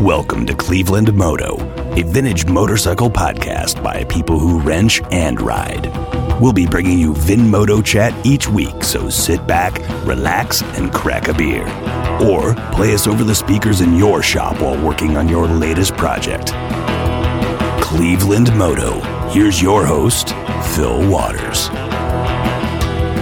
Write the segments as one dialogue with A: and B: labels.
A: Welcome to Cleveland Moto, a vintage motorcycle podcast by people who wrench and ride. We'll be bringing you Vin Moto Chat each week, so sit back, relax, and crack a beer. Or play us over the speakers in your shop while working on your latest project. Cleveland Moto. Here's your host, Phil Waters.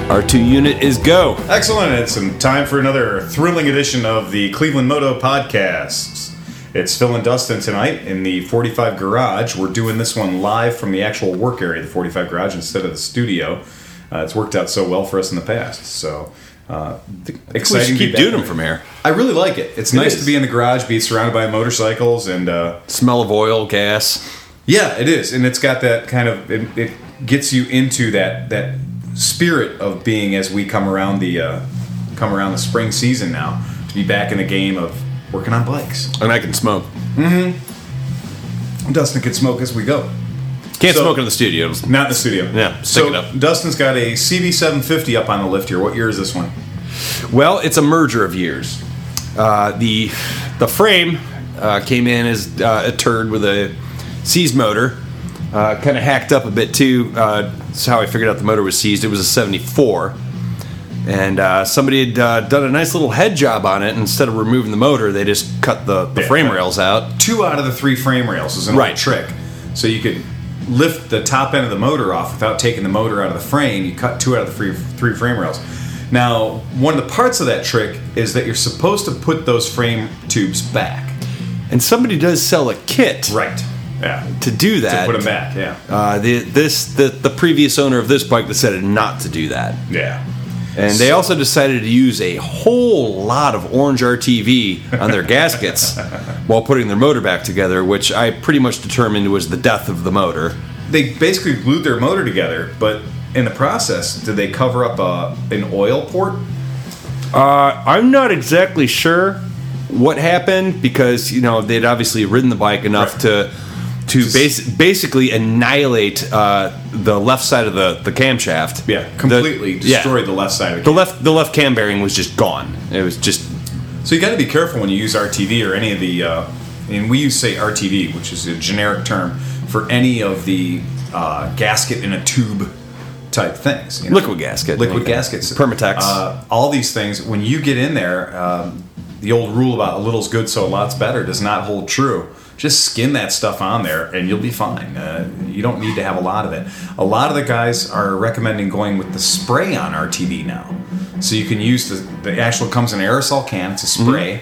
B: R2 unit is go.
C: Excellent. It's some time for another thrilling edition of the Cleveland Moto Podcast. It's Phil and Dustin tonight in the 45 Garage. We're doing this one live from the actual work area, the 45 Garage, instead of the studio. Uh, it's worked out so well for us in the past. So uh,
B: We
C: exciting.
B: should
C: to be
B: keep
C: back.
B: doing them from here.
C: I really like it. It's nice
B: is.
C: to be in the garage, be surrounded by motorcycles, and uh,
B: Smell of oil, gas.
C: yeah, it is, and it's got that kind of it, it gets you into that that spirit of being as we come around the uh, come around the spring season now to be back in the game of working on bikes.
B: And I can smoke.
C: Dustin can smoke as we go.
B: Can't
C: So-
B: smoke in the studio.
C: Not in the studio.
B: Yeah, stick
C: So
B: it up.
C: Dustin's got a CB750 up on the lift here. What year is this one?
B: Well, it's a merger of years. Uh, the the frame uh, came in as uh, a turd with a seized motor. Uh, kind of hacked up a bit too. Uh, that's how I figured out the motor was seized. It was a 74. And uh, somebody had uh, done a nice little head job on it. Instead of removing the motor, they just cut the, the
C: Yeah.
B: frame rails out.
C: Two out of the three frame rails is another
B: Right.
C: trick. So you could lift the top end of the motor off without taking the motor out of the frame. You cut two out of the three, three frame rails. Now, one of the parts of that trick is that you're supposed to put those frame tubes back.
B: And somebody does sell a kit
C: Right. Yeah.
B: to do that.
C: To put them back. Yeah.
B: Uh, the, this the, the previous owner of this bike decided not to do that,
C: Yeah.
B: and they also decided to use a whole lot of orange RTV on their gaskets while putting their motor back together, which I pretty much determined was the death of the motor.
C: They basically glued their motor together, but in the process, did they cover up uh, an oil port?
B: I'm not exactly sure what happened because you know they'd obviously ridden the bike enough
C: Right.
B: to to basi- basically annihilate uh, the left side of the the camshaft.
C: Yeah. Completely
B: the, yeah.
C: destroyed the left side of it.
B: The left the left cam bearing was just gone. It was just
C: So you got to be careful when you use RTV or any of the, uh, and we use say RTV, which is a generic term for any of the uh, gasket in a tube type things. you know?
B: Liquid gasket.
C: Liquid
B: Okay.
C: gaskets.
B: Permatex.
C: Uh, all these things. When you get in there, um, the old rule about a little's good, so a lot's better does not hold true. Just skin that stuff on there, and you'll be fine. Uh, you don't need to have a lot of it. A lot of the guys are recommending going with the spray-on RTV now, so you can use the the actual comes in an aerosol can. It's a
B: Mm-hmm.
C: spray,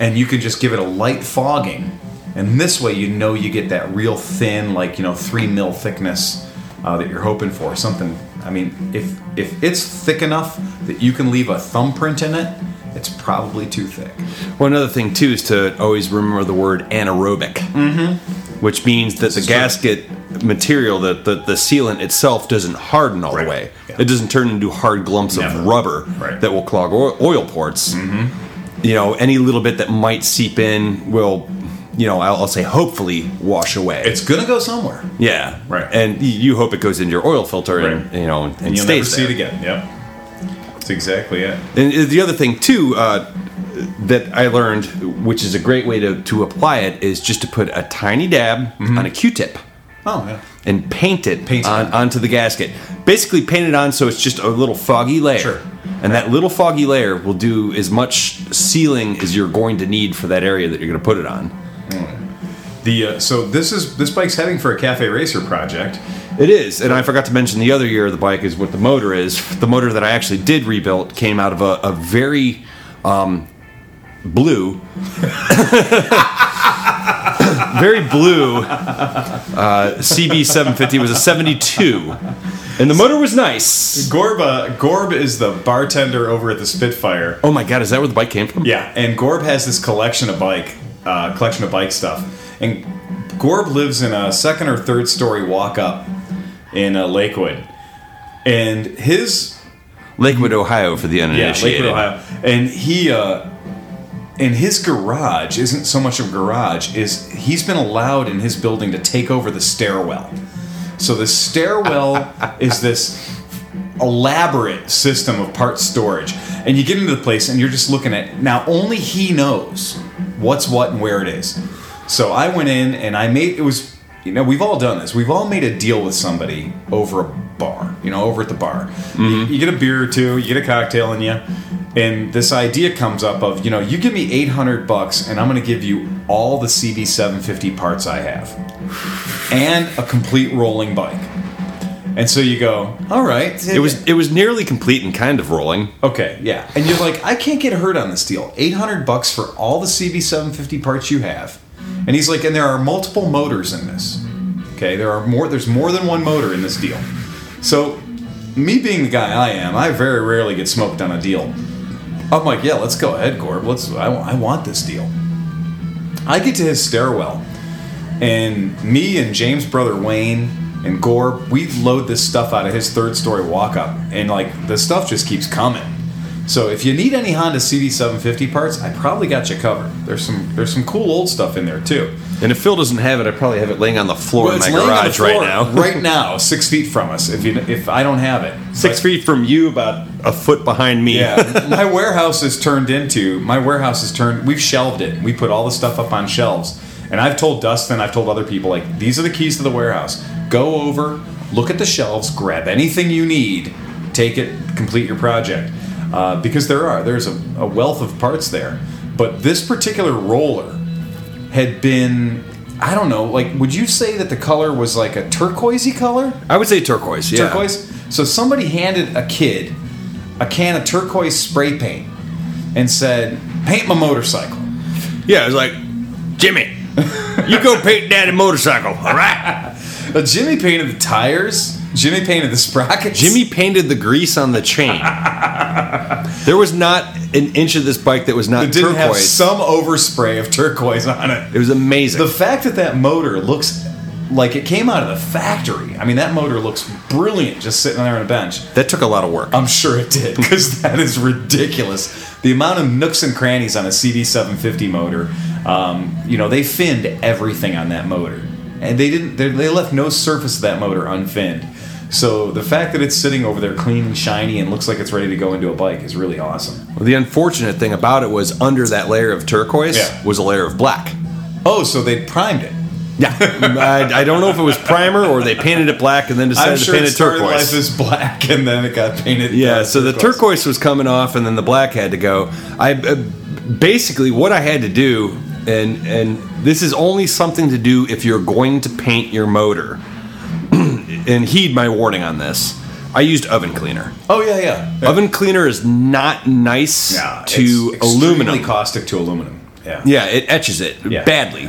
C: and you can just give it a light fogging, and this way you know you get that real thin, like you know three mil thickness uh, that you're hoping for. Something. I mean, if if it's thick enough that you can leave a thumbprint in it, it's probably too thick.
B: Well, another thing too is to always remember the word anaerobic, mm-hmm. which means that the
C: Sure.
B: gasket material, the, the the sealant itself, doesn't harden all
C: Right.
B: the way.
C: Yeah.
B: It doesn't turn into hard lumps
C: Never.
B: of rubber
C: Right.
B: that will clog oil, oil ports. Mm-hmm. You know, any little bit that might seep in will, you know, I'll, I'll say hopefully wash away.
C: It's gonna go somewhere,
B: yeah,
C: Right.
B: And y- you hope it goes into your oil filter, and
C: Right.
B: you know, and,
C: and you'll
B: stays
C: never see
B: there.
C: it again. Yep. That's exactly it.
B: And the other thing too uh, that I learned, which is a great way to, to apply it, is just to put a tiny dab on a Q-tip
C: Oh yeah.
B: and paint it
C: Mm-hmm. Paint it.
B: on, onto the gasket. Basically, paint it on so it's just a little foggy layer.
C: Sure.
B: And that little foggy layer will do as much sealing as you're going to need for that area that you're going to put it on.
C: The uh, so this is this bike's heading for a cafe racer project.
B: It is, and I forgot to mention the other year of the bike is what the motor is. The motor that I actually did rebuild came out of a, a very um, blue, very blue uh, CB750 It was a 72, and the motor was nice.
C: Gorb, uh, Gorb is the bartender over at the Spitfire.
B: Oh my god, is that where the bike came from?
C: Yeah, and Gorb has this collection of bike, uh, collection of bike stuff, and Gorb lives in a second or third story walk up in uh, Lakewood, and his
B: Lakewood, Ohio, for the
C: yeah,
B: uninitiated.
C: Lakewood, Ohio, and he uh, and his garage isn't so much of a garage is he's been allowed in his building to take over the stairwell. So the stairwell is this elaborate system of part storage, and you get into the place and you're just looking at now only he knows what's what and where it is. So I went in and I made it was you know we've all done this. We've all made a deal with somebody over a bar. You know, over at the bar, you, you get a beer or two, you get a cocktail in you, and this idea comes up of you know you give me eight hundred bucks and I'm going to give you all the CB seven fifty parts I have, and a complete rolling bike. And so you go, all right.
B: It was it was nearly complete and kind of rolling.
C: Okay, yeah. And you're like, I can't get hurt on this deal. 800 bucks for all the CB750 parts you have. And he's like, and there are multiple motors in this. Okay, there are more there's more than one motor in this deal. So, me being the guy I am, I very rarely get smoked on a deal. I'm like, yeah, let's go ahead, Gorb. Let's I, I want this deal. I get to his stairwell and me and James' brother Wayne and Gore, we load this stuff out of his third story walk up, and like the stuff just keeps coming. So if you need any Honda CD750 parts, I probably got you covered. There's some there's some cool old stuff in there too.
B: And if Phil doesn't have it, I probably have it laying on the floor
C: Well,
B: in
C: it's
B: my
C: laying on the
B: garage right
C: floor
B: now.
C: right now, six feet from us. If you if I don't have it,
B: Six
C: But-
B: feet from you, about a foot behind me.
C: Yeah, my warehouse is turned into my warehouse is turned. We've shelved it. We put all the stuff up on shelves, and I've told Dustin, I've told other people, like these are the keys to the warehouse. Go over, look at the shelves, grab anything you need, take it, complete your project, uh, because there are there's a, a wealth of parts there. But this particular roller had been. I don't know. Like, would you say that the color was like a turquoisey color?
B: I would say turquoise. Yeah.
C: turquoise. So somebody handed a kid a can of turquoise spray paint and said, "Paint my motorcycle."
B: Yeah, it was like, Jimmy, you go paint daddy motorcycle. All right.
C: But Jimmy painted the tires. Jimmy painted the sprockets.
B: Jimmy painted the grease on the chain. there was not an inch of this bike that was not
C: it didn't have
B: turquoise.
C: some overspray of turquoise on
B: it
C: it.
B: was amazing.
C: The fact that that motor looks like it came out of the factory. I mean, that motor looks brilliant just sitting there on a bench.
B: that took a lot of work.
C: I'm sure it did because that is ridiculous. The amount of nooks and crannies on a CD750 motor, um, you know, they finned everything on that motor, and they didn't. They they left no surface of that motor unfinned. So the fact that it's sitting over there clean and shiny and looks like it's ready to go into a bike is really awesome.
B: the unfortunate thing about it was under that layer of turquoise
C: Yeah.
B: was a layer of black.
C: Oh, so they primed it.
B: Yeah, I, I don't know if it was primer or they painted it black and then decided
C: I'm sure
B: to
C: it
B: paint it
C: started life
B: turquoise.
C: as black and then it got painted.
B: yeah,
C: uh,
B: so the turquoise was coming off and then the black had to go. I uh, basically what I had to do, and and this is only something to do if you're going to paint your motor. and heed my warning on this. I used oven cleaner.
C: Oh yeah, yeah.
B: Oven cleaner is not nice
C: Yeah,
B: to
C: it's extremely
B: aluminum.
C: caustic to aluminum. Yeah.
B: Yeah, it etches it
C: Yeah.
B: badly.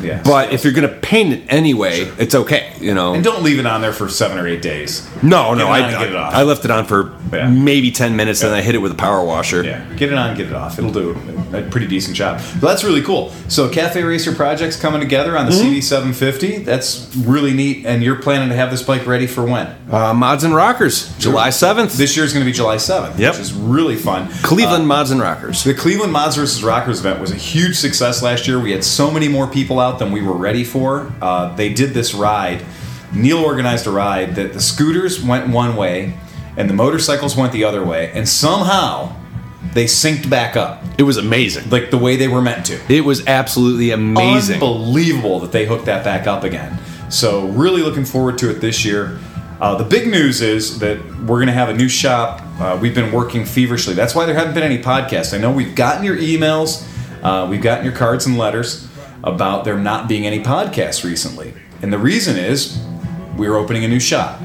C: Yeah.
B: But if you're going to paint it anyway, it's okay, you know.
C: And don't leave it on there for seven or eight days.
B: No,
C: Get
B: no,
C: it
B: I,
C: on and get it off.
B: I left it on for
C: Yeah.
B: maybe 10 minutes and
C: Yeah.
B: I hit it with a power washer.
C: Yeah, get it on, get it off. It'll do a pretty decent job. But that's really cool. So Cafe Racer project's coming together on the
B: Mm-hmm.
C: CD750. That's really neat. And you're planning to have this bike ready for when?
B: Uh, Mods and Rockers, July 7th.
C: This year's going to be July 7th,
B: Yep.
C: which is really fun.
B: Cleveland Mods and Rockers.
C: The Cleveland Mods vs. Rockers event was a huge success last year. We had so many more people out than we were ready for. Uh, they did this ride. Neil organized a ride that the scooters went one way and the motorcycles went the other way, and somehow they synced back up
B: It was amazing.
C: like the way they were meant to.
B: It was absolutely amazing.
C: Unbelievable that they hooked that back up again. So really looking forward to it this year. Uh, the big news is that we're going to have a new shop. Uh, we've been working feverishly. That's why there haven't been any podcasts. I know we've gotten your emails, uh, we've gotten your cards and letters about there not being any podcasts recently, and the reason is we're opening a new shop.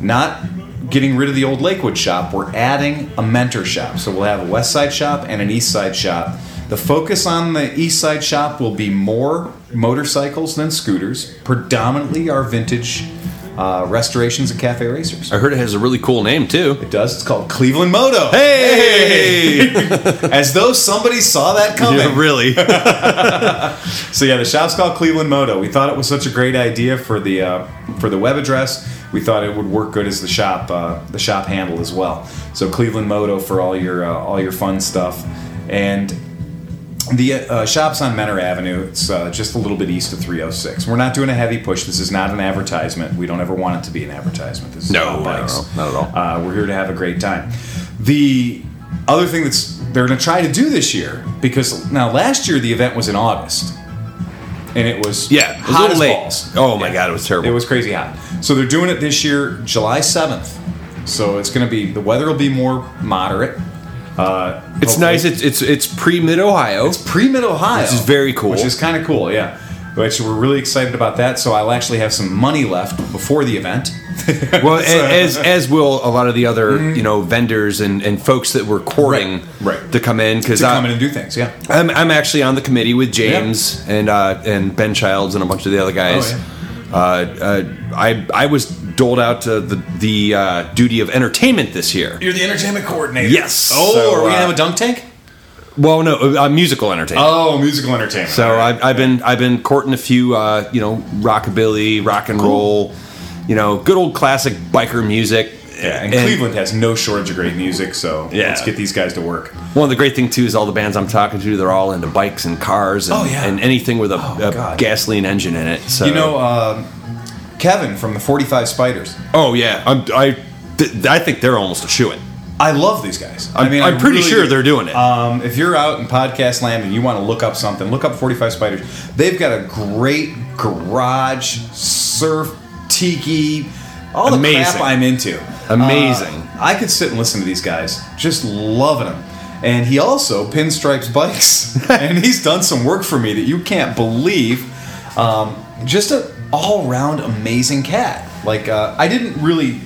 C: Not getting rid of the old Lakewood shop, we're adding a mentor shop. So we'll have a west side shop and an east side shop. The focus on the east side shop will be more motorcycles than scooters, predominantly our vintage uh, restorations and cafe racers.
B: I heard it has a really cool name too.
C: It does. It's called Cleveland Moto.
B: Hey!
C: As though somebody saw that coming.
B: Yeah, really.
C: So yeah, the shop's called Cleveland Moto. We thought it was such a great idea for the uh, for the web address. We thought it would work good as the shop uh, the shop handle as well. So Cleveland Moto for all your uh, all your fun stuff, and the uh, shop's on Menor Avenue. It's uh, just a little bit east of 306. We're not doing a heavy push. This is not an advertisement. We don't ever want it to be an advertisement. This is
B: No,
C: about
B: not at
C: bikes.
B: all. Not at all.
C: Uh, we're here to have a great time. The other thing that's they're going to try to do this year because now last year the event was in August. and it was
B: Yeah,
C: it was
B: hot
C: as
B: late.
C: balls.
B: Oh my God, it was terrible.
C: It was crazy hot. So they're doing it this year, July seventh. So it's going to be the weather will be more moderate. Uh,
B: It's
C: hopefully.
B: nice. It's it's it's pre mid Ohio.
C: It's pre mid Ohio,
B: Which is very cool.
C: Which is kind of cool, yeah. Which we're really excited about that. So I'll actually have some money left before the event.
B: Well, a as as will a lot of the other you know vendors and, and folks that were courting
C: Right, right.
B: to come in because
C: to come in
B: I'm,
C: and do things, yeah.
B: I'm actually on the committee with James and uh, and Ben Childs and a bunch of the other guys.
C: Oh,
B: uh, uh, I I was doled out to the the uh, duty of entertainment this year.
C: You're the entertainment coordinator.
B: Yes.
C: Oh,
B: So,
C: are we
B: uh,
C: gonna have a dunk tank?
B: Well, no, uh, musical entertainment.
C: Oh, musical entertainment.
B: So
C: All right.
B: I've, I've been I've been courting a few uh, you know rockabilly, rock and roll, you know good old classic biker music.
C: yeah, and, Cleveland has no shortage of great music. So
B: Yeah.
C: let's get these guys to work.
B: One of the great thing too is all the bands I'm talking to they're all into bikes and cars and,
C: Oh, yeah. Oh,
B: and anything with a, a
C: God.
B: gasoline engine in it. So
C: You know, um, Kevin from the Forty Five Spiders.
B: oh yeah, I'm, I th- I think they're almost a shoo-in.
C: I love these guys.
B: I'm, I Uh,
C: mean,
B: am pretty
C: really
B: sure
C: do.
B: they're doing it.
C: Um, if you're out in podcast land and you want to look up something, look up 45 Spiders. They've got a great garage, surf, tiki, all the
B: Amazing.
C: crap I'm into.
B: Amazing.
C: Uh, I could sit and listen to these guys, just loving them. And he also pinstripes bikes, and he's done some work for me that you can't believe. Um, just an all-round amazing cat. Like uh, I didn't really,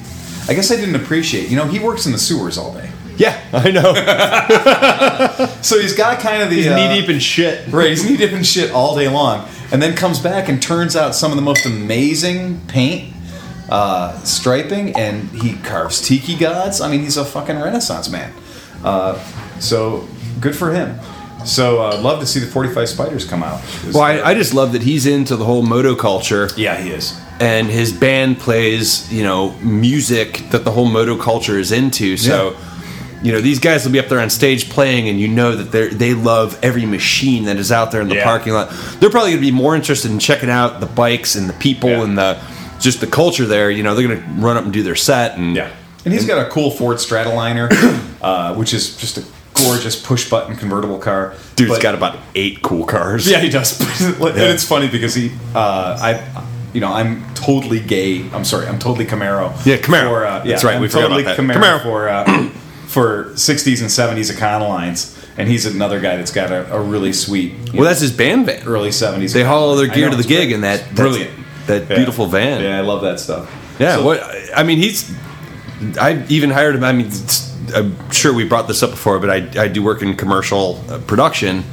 C: I guess I didn't appreciate. You know, he works in the sewers all day.
B: yeah, I know.
C: So he's got kind of the
B: He's
C: uh,
B: knee deep in shit.
C: right. He's knee deep in shit all day long, and then comes back and turns out some of the most amazing paint uh, striping, and he carves tiki gods. I mean, he's a fucking renaissance man. Uh, so good for him. So uh, love to see the forty five spiders come out.
B: Well, I, I just love that he's into the whole moto culture.
C: yeah, he is.
B: and his band plays you know music that the whole moto culture is into so you know these guys will be up there on stage playing and you know that they they love every machine that is out there in the
C: Yeah.
B: parking lot they're probably going to be more interested in checking out the bikes and the people
C: Yeah.
B: and the just the culture there you know they're going to run up and do their set and
C: Yeah. And he's got a cool Ford Stratoliner, uh, which is just a gorgeous push button convertible car.
B: dude's
C: But-
B: got about eight cool cars
C: Yeah, he does. and it's funny because he, uh, I, you know, I'm totally gay. I'm sorry, I'm totally Camaro.
B: Yeah, Camaro.
C: For, uh, yeah,
B: That's right,
C: I'm
B: we forgot
C: totally
B: about that.
C: Camaro,
B: Camaro.
C: for uh, for 60s and 70s Econolines, and he's another guy that's got a, a really sweet. you
B: well
C: know,
B: that's his band van
C: early 70s.
B: they haul all their
C: Econoline. I
B: gear
C: know,
B: to the
C: it's
B: gig
C: great.
B: in that
C: It's
B: that's-
C: brilliant,
B: that
C: Yeah.
B: beautiful van
C: Yeah, I love that stuff.
B: Yeah,
C: So-
B: what I mean, he's. I even hired him. I mean, it's- I'm sure we brought this up before, but I, I do work in commercial uh, production.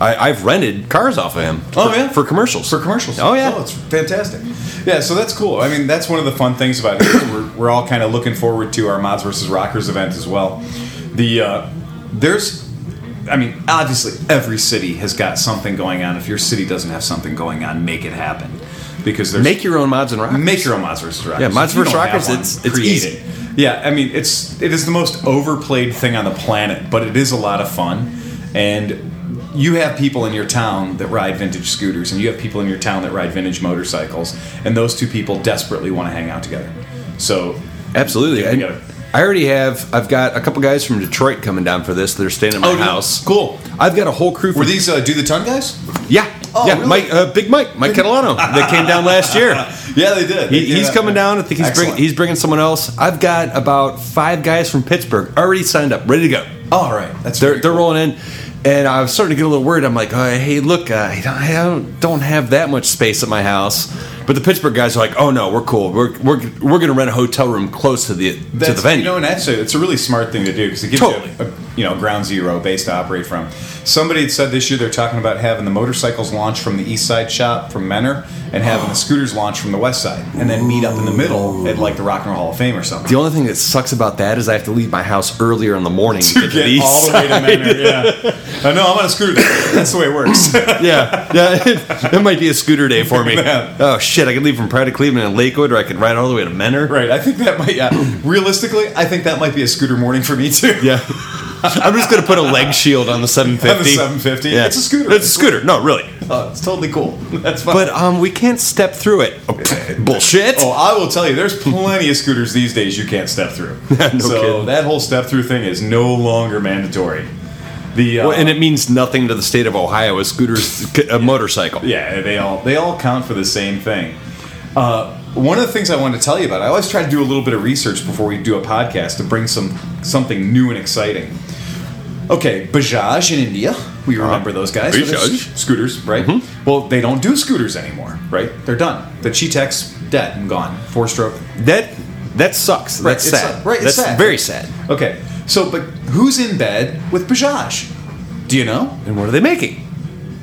B: I, I've rented cars off of him.
C: Oh,
B: for,
C: yeah?
B: for commercials.
C: for commercials.
B: Oh yeah,
C: it's fantastic. Yeah, so that's cool. I mean, that's one of the fun things about it. we're, we're all kind of looking forward to our mods versus rockers event as well. The uh, there's, I mean, obviously every city has got something going on. If your city doesn't have something going on, make it happen because there's
B: make your own mods and rock.
C: Make your own mods versus rockers.
B: Yeah, mods
C: If you
B: versus
C: don't have
B: rockers,
C: one,
B: it's- it's
C: create
B: easy.
C: it. Yeah, I mean it's it is the most overplayed thing on the planet, but it is a lot of fun. And you have people in your town that ride vintage scooters, and you have people in your town that ride vintage motorcycles, and those two people desperately want to hang out together. So
B: Absolutely.
C: Get
B: I-
C: together.
B: I already have. I've got a couple guys from Detroit coming down for this. They're staying at my
C: Oh, no.
B: house.
C: Cool.
B: I've got a whole crew. From,
C: were these uh, do the ton guys?
B: Yeah.
C: Oh,
B: yeah.
C: really?
B: Mike, uh, Big Mike, Mike Catalano, that came down last year.
C: Yeah, they did. They
B: He,
C: did
B: he's
C: that.
B: coming down. I think he's bringing,
C: Excellent.
B: he's bringing someone else. I've got about five guys from Pittsburgh already signed up, ready to go.
C: All right, that's
B: They're
C: very
B: they're
C: cool.
B: rolling in, and I was starting to get a little worried. I'm like, uh, hey, look, uh, I don't- I don't- don't have that much space at my house. But the Pittsburgh guys are like, oh no, we're cool. We're we're, we're going to rent a hotel room close to the to the
C: That's,
B: venue.
C: You know, and actually, it's a really smart thing to do because it gives
B: Totally.
C: you, a, you know, ground zero base to operate from. Somebody had said this year they're talking about having the motorcycles launch from the east side shop from Menor and having
B: Oh.
C: the scooters launch from the west side, and then meet up in the middle at like the Rock and Roll Hall of Fame or something.
B: the only thing that sucks about that is I have to leave my house earlier in the morning to get to the
C: Get
B: east
C: all the way to Menor. Yeah, I know. I'm on a scooter. That's the way it works.
B: yeah, yeah. that might be a scooter day for me. oh shit, I could leave from Pride to Cleveland and Lakewood, or I could ride all the way to Menor.
C: right. I think that might. Yeah. Realistically, I think that might be a scooter morning for me too.
B: Yeah. I'm just gonna put a leg shield on the 750.
C: On the 750? It's a scooter.
B: It's a scooter. No, really.
C: Oh, it's totally cool. That's fine.
B: But um, we can't step through it. Oh, pff, bullshit.
C: Oh, I will tell you, there's plenty of scooters these days you can't step through.
B: No
C: so
B: kidding.
C: that whole step through thing is no longer mandatory. The uh,
B: Well, and it means nothing to the state of Ohio. A scooter's a motorcycle.
C: Yeah, they all they all count for the same thing. Uh, one of the things I wanted to tell you about, I always try to do a little bit of research before we do a podcast to bring some something new and exciting. Okay, Bajaj in India, we remember those guys. So there's
B: Uh-huh. Bajaj. Mm-hmm.
C: scooters, right? Well, they don't do scooters anymore, right? They're done. The Cheetech's dead and gone. Four stroke.
B: That that sucks.
C: Right,
B: That's
C: it's
B: sad.
C: sad. Right, it's
B: That's
C: sad.
B: very sad.
C: Okay, so but who's in bed with Bajaj? Do you know?
B: And what are they making?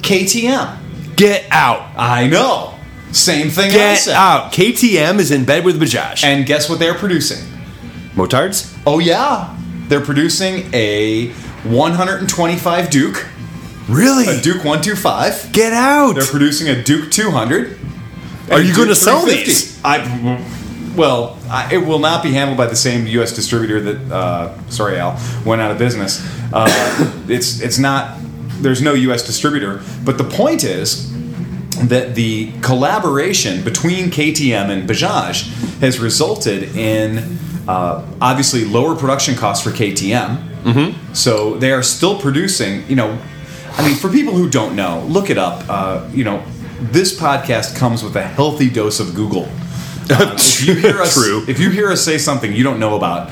C: KTM.
B: Get out.
C: I know. Same thing I
B: Get
C: said.
B: out. KTM is in bed with Bajaj.
C: And guess what they're producing?
B: Motards?
C: Oh yeah, they're producing a 125 Duke,
B: Really?
C: a Duke 125.
B: Get out.
C: Uh, They're producing a Duke 200.
B: Are
C: and
B: you
C: a
B: going to
C: Duke
B: sell
C: 350.
B: these?
C: I well, I, it will not be handled by the same U.S. distributor that uh, sorry Al went out of business. Uh, it's it's not. There's no U.S. distributor. But the point is that the collaboration between KTM and Bajaj has resulted in uh, obviously lower production costs for KTM. Mm-hmm. So they are still producing. You know, I mean, for people who don't know, look it up. Uh, you know, this podcast comes with a healthy dose of Google. Uh, if you hear us,
B: True.
C: If you hear us say something you don't know about,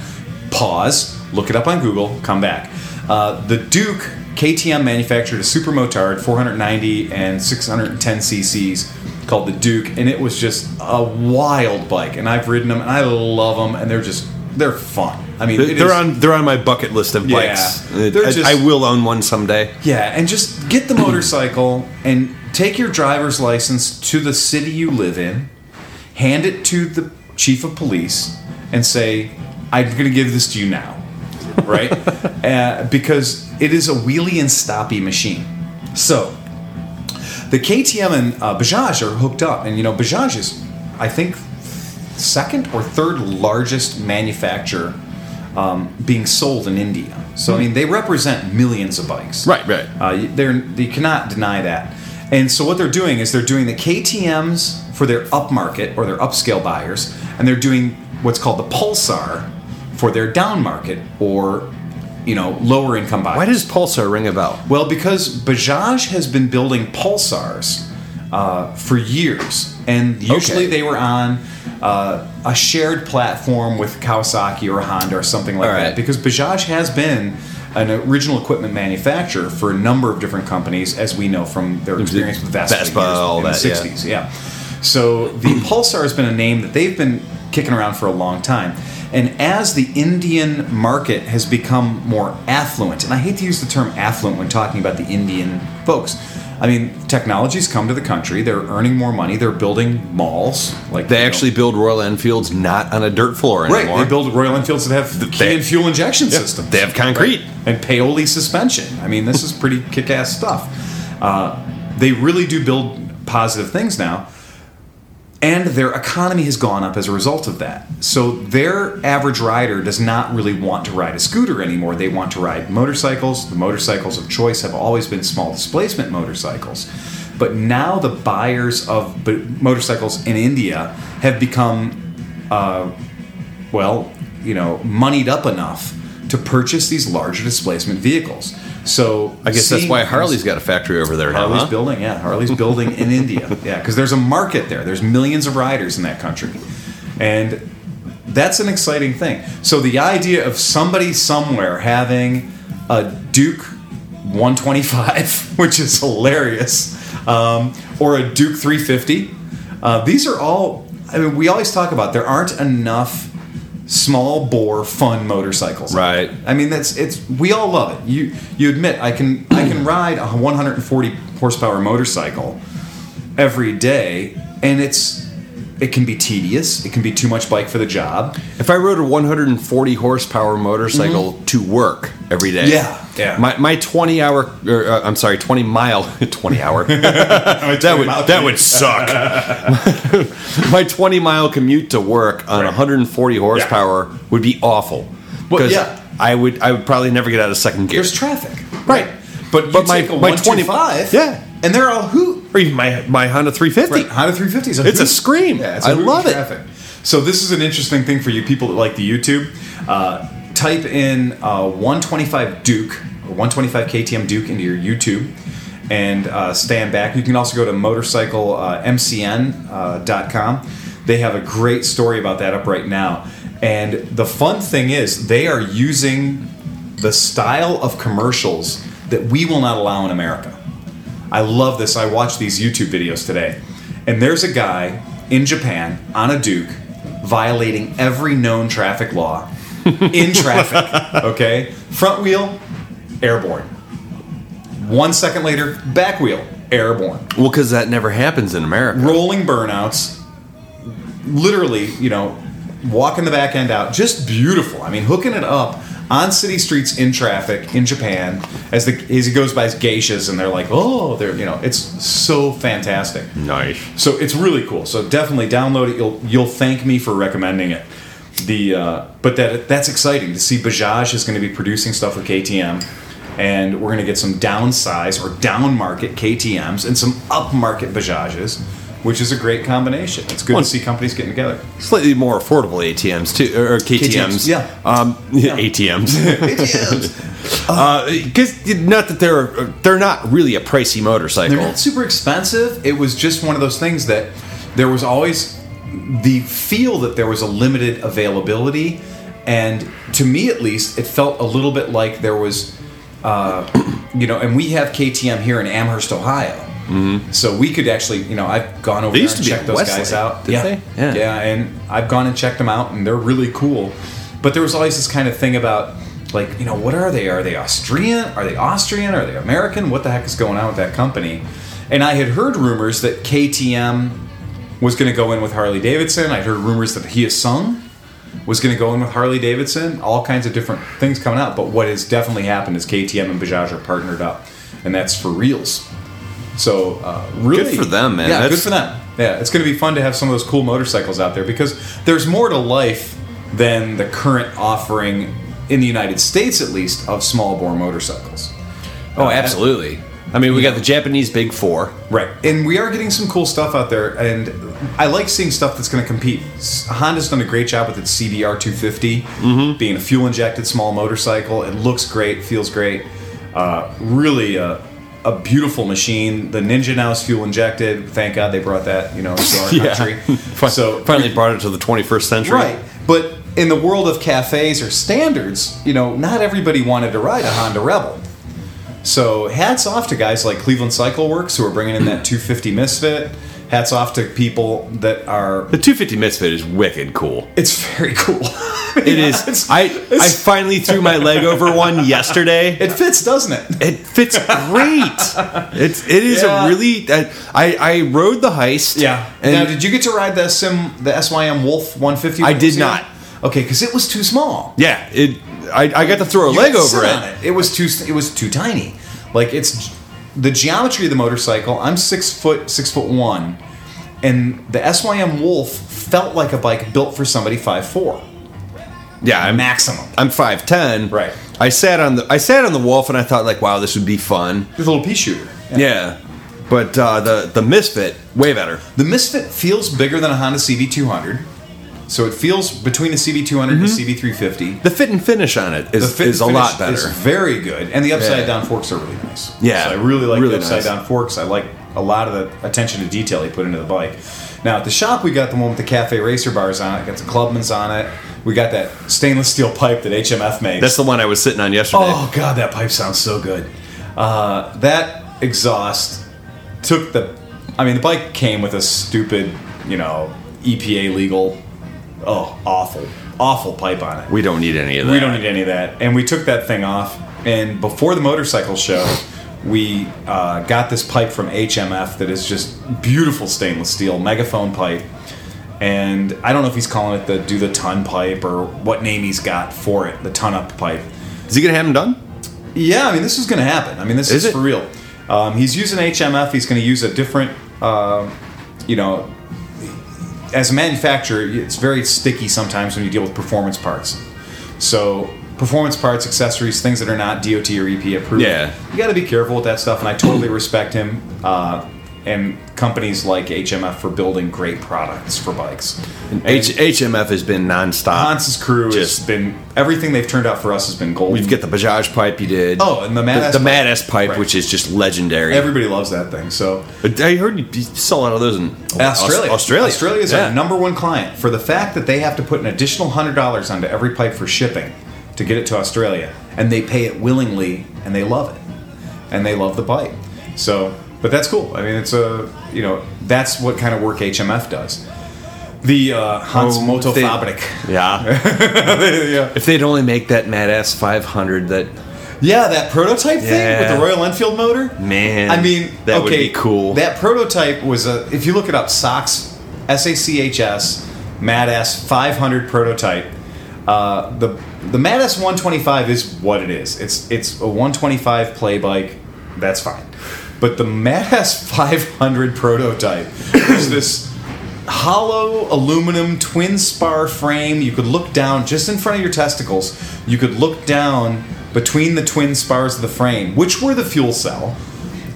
C: pause, look it up on Google, come back. Uh, the Duke KTM manufactured a super motard, 490 and 610 cc's, called the Duke, and it was just a wild bike. And I've ridden them, and I love them, and they're just they're fun. I mean, it
B: They're
C: is-
B: on they're on my bucket list of
C: Yeah.
B: bikes. Uh,
C: They're
B: I,
C: just-
B: I will own one someday.
C: Yeah, and just get the motorcycle and take your driver's license to the city you live in, hand it to the chief of police, and say, I'm going to give this to you now. Right? uh, because it is a wheelie and stoppy machine. So, the KTM and uh, Bajaj are hooked up, and you know, Bajaj is, I think, second or third largest manufacturer um, being sold in India. So I mean, they represent millions of bikes.
B: Right, right.
C: Uh, you- they're you cannot deny that. And so what they're doing is they're doing the KTM's for their upmarket or their upscale buyers, and they're doing what's called the Pulsar for their downmarket or you know lower income buyers.
B: Why does Pulsar ring a bell?
C: Well, because Bajaj has been building pulsars uh, for years, and usually
B: Okay.
C: they were on uh, a shared platform with Kawasaki or Honda or something like
B: All right.
C: that. Because Bajaj has been an original equipment manufacturer for a number of different companies, as we know from their experience with Vespa,
B: Vespa,
C: years
B: all
C: in
B: that,
C: the
B: yeah.
C: 60s. Yeah. So the Pulsar has been a name that they've been kicking around for a long time. And as the Indian market has become more affluent, and I hate to use the term affluent when talking about the Indian folks. I mean, technologies come to the country, they're earning more money, they're building malls. Like
B: They
C: you know-
B: actually build Royal Enfields not on a dirt floor
C: Right,
B: anymore.
C: they build Royal Enfields that have the key
B: They-
C: and fuel injection
B: Yeah,
C: systems.
B: They have concrete.
C: and Paoli suspension. I mean, this is pretty kick-ass stuff. Uh, they really do build positive things now, and their economy has gone up as a result of that. So their average rider does not really want to ride a scooter anymore. They want to ride motorcycles. The motorcycles of choice have always been small displacement motorcycles. But now the buyers of b- motorcycles in India have become uh, well, you know, moneyed up enough to purchase these larger displacement vehicles. So
B: I guess that's why Harley's got a factory over there now.
C: Harley's
B: huh?
C: building, yeah, Harley's building in India, yeah, because there's a market there. There's millions of riders in that country, and that's an exciting thing. So the idea of somebody somewhere having a Duke 125, which is hilarious, um, or a Duke 350, uh, these are all. I mean, we always talk about there aren't enough small bore fun motorcycles.
B: Right.
C: I mean, that's it's. We all love it. You you admit I can I can ride a 140 horsepower motorcycle every day, and it's it can be tedious. It can be too much bike for the job.
B: If I rode a 140 horsepower motorcycle to work every day,
C: Yeah, yeah.
B: my, my 20 hour, or, uh, I'm sorry, 20 mile, 20 hour. that would that would suck. my 20 mile commute to work on
C: Right.
B: 140 horsepower would be awful.
C: Well,
B: Because
C: yeah.
B: I would I would probably never get out of second gear,
C: There's traffic,
B: Right.
C: But you
B: But my-
C: take a
B: my
C: 125,
B: 20 yeah.
C: and they're all who
B: or even my my Honda 350.
C: Right. Honda 350 is a
B: It's a
C: hoot.
B: scream.
C: Yeah, it's
B: I
C: hoot
B: love it.
C: traffic. So this is an interesting thing for you people that like the YouTube. Uh, type in uh, 125 Duke or 125 KTM Duke into your YouTube and uh, stand back. You can also go to motorcyclemcn.com. Uh, dot com. they have a great story about that up right now. And the fun thing is, they are using the style of commercials that we will not allow in America. I love this. I watched these YouTube videos today. And there's a guy in Japan on a Duke violating every known traffic law in traffic. Okay? Front wheel, airborne. One second later, back wheel, airborne.
B: Well, because that never happens in America.
C: Rolling burnouts, literally, you know, walking the back end out. Just beautiful. I mean, hooking it up on city streets in traffic in Japan as the as he goes by his geishas and they're like, oh, they're you know, it's so fantastic.
B: Nice.
C: So it's really cool. So definitely download it. You'll you'll thank me for recommending it. The uh, but that that's exciting to see. Bajaj is going to be producing stuff with KTM, and we're going to get some downsize or down market KTM's and some up market Bajajes, which is a great combination. It's good
B: Well,
C: to see companies getting together.
B: Slightly more affordable ATMs too, or KTMs.
C: KTMs, yeah.
B: Um, ATMs. Because Uh, not that they're they're not really a pricey motorcycle.
C: They're not super expensive. It was just one of those things that there was always the feel that there was a limited availability, and to me at least, it felt a little bit like there was, uh, you know, and we have KTM here in Amherst, Ohio. So we could actually, you know, I've gone over
B: Mm-hmm. They
C: there
B: used
C: and
B: to be
C: checked
B: at
C: those
B: Westlake,
C: guys out.
B: didn't
C: yeah.
B: they? Yeah.
C: yeah, and I've gone and checked them out, and they're really cool. But there was always this kind of thing about, like, you know, what are they? Are they Austrian? Are they Austrian? Are they American? What the heck is going on with that company? And I had heard rumors that KTM was going to go in with Harley Davidson. I'd heard rumors that Hyosung was going to go in with Harley Davidson. All kinds of different things coming out. But what has definitely happened is KTM and Bajaj are partnered up, and that's for reals. So uh, really
B: for them, man.
C: Yeah,
B: That's-
C: good for them. Yeah, it's going to be fun to have some of those cool motorcycles out there because there's more to life than the current offering in the United States, at least, of small bore motorcycles.
B: oh, absolutely. I mean, we got the Japanese Big Four.
C: Right. And we are getting some cool stuff out there, and I like seeing stuff that's going to compete. S- Honda's done a great job with its CBR 250, being a fuel injected small motorcycle. It looks great, feels great. Uh, really a, a beautiful machine. The Ninja now is fuel injected. Thank God they brought that, you know, to our country. so
B: finally brought it to the 21st century.
C: Right. But in the world of cafes or standards, you know, not everybody wanted to ride a Honda Rebel. So hats off to guys like Cleveland Cycle Works who are bringing in that 250 Misfit. Hats off to people that are.
B: The 250 Misfit is wicked cool.
C: It's very cool.
B: It is. I I finally threw my leg over one yesterday.
C: it fits, doesn't it?
B: It fits great. It's it is
C: Yeah.
B: a really. I I I rode the heist. And
C: now, did you get to ride the Sim the SYM Wolf 150?
B: I did
C: Yeah.
B: not.
C: Okay, because it was too small.
B: yeah, it. I, I got to throw a
C: You
B: leg
C: could
B: over
C: sit
B: it.
C: on It was too. It was too tiny. Like it's the geometry of the motorcycle. I'm six foot six foot one, and the SYM Wolf felt like a bike built for somebody five four
B: Yeah, I'm
C: maximum.
B: I'm five ten.
C: Right.
B: I sat on the I sat on the wolf and I thought like, wow, this would be fun.
C: The little pea shooter.
B: Yeah. But uh, the the misfit way better.
C: The Misfit feels bigger than a Honda CB200, so it feels between a CB200 and a
B: Mm-hmm.
C: CB350.
B: The fit and finish on it
C: The
B: is
C: fit
B: is a
C: finish
B: lot better.
C: Is very good, and the upside
B: Yeah.
C: down forks are really nice.
B: Yeah,
C: so I really like
B: really
C: the upside
B: nice.
C: down forks. I like a lot of the attention to detail he put into the bike. Now at the shop, we got the one with the cafe racer bars on it. Got the Clubmans on it. We got that stainless steel pipe that HMF makes.
B: That's the one I was sitting on yesterday.
C: oh god, that pipe sounds so good. Uh, that exhaust took the. I mean, the bike came with a stupid, you know, EPA legal, oh awful, awful pipe on it.
B: We don't need any of that.
C: We don't need any of that. And we took that thing off. And before the motorcycle show, we uh, got this pipe from HMF that is just beautiful stainless steel megaphone pipe. And I don't know if he's calling it the do the ton pipe or what name he's got for it, the ton up pipe.
B: Is he gonna have them done?
C: Yeah, I mean, this is going to happen. I mean, this
B: Is
C: is,
B: it?
C: for real. Um, he's using HMF. He's going to use a different, uh, you know, as a manufacturer, it's very sticky sometimes when you deal with performance parts. So, performance parts, accessories, things that are not DOT or EP approved.
B: Yeah.
C: You got to be careful with that stuff, and I totally respect him. Uh, and companies like HMF for building great products for bikes.
B: H- HMF has been nonstop.
C: Hans's crew has
B: Just-
C: been everything they've turned out for us has been gold.
B: We've got the Bajaj pipe you did.
C: Oh, and the Mad
B: the,
C: Ass
B: the
C: pipe.
B: Mad Ass pipe,
C: Right.
B: which is just legendary.
C: everybody loves that thing. So
B: But I heard you, you sell a lot of those in
C: Australia.
B: Aus- Australia.
C: Australia is
B: yeah.
C: our number one client for the fact that they have to put an additional hundred dollars onto every pipe for shipping to get it to Australia, and they pay it willingly, and they love it, and they love the pipe. So, but that's cool. I mean, it's a you know that's what kind of work HMF does. The uh, Hans
B: Oh,
C: Moto
B: they-
C: Fabrik.
B: Yeah.
C: yeah.
B: if they'd only make that Mad Ass 500, that
C: Yeah, that prototype thing with
B: Yeah.
C: the Royal Enfield motor.
B: Man,
C: I mean,
B: that would
C: okay,
B: be cool.
C: That prototype was a. If you look it up, Sox S A C H S Mad Ass 500 prototype. Uh, the the Mad Ass 125 is what it is. It's it's a 125 play bike. That's fine. But the Mad Ass 500 prototype is this hollow aluminum twin spar frame. You could look down just in front of your testicles. You could look down between the twin spars of the frame, which were the fuel cell,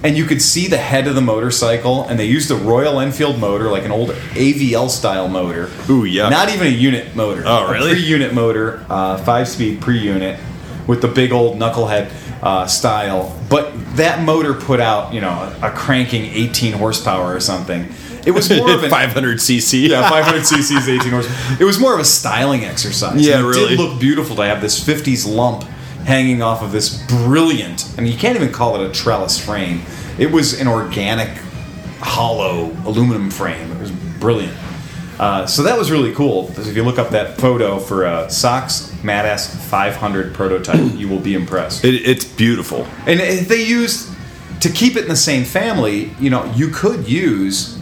C: and you could see the head of the motorcycle. And they used a Royal Enfield motor, like an old AVL style motor.
B: Ooh, yuck.
C: Not even a unit motor.
B: Oh,
C: A
B: really?
C: pre-unit motor, uh, five-speed pre-unit with the big old knucklehead uh, style. But that motor put out, you know, a, cranking 18 horsepower or something. It was more of an
B: 500cc.
C: yeah, 500 cc's, 18 horsepower. It was more of a styling exercise.
B: Yeah,
C: And it
B: really.
C: did look beautiful to have this 50s lump hanging off of this brilliant. I mean, you can't even call it a trellis frame. It was an organic, hollow aluminum frame. It was brilliant. Uh, so that was really cool. Because If you look up that photo for uh, Sox Madass 500 prototype, you will be impressed.
B: It, it's beautiful.
C: And if they used to keep it in the same family, you know, you could use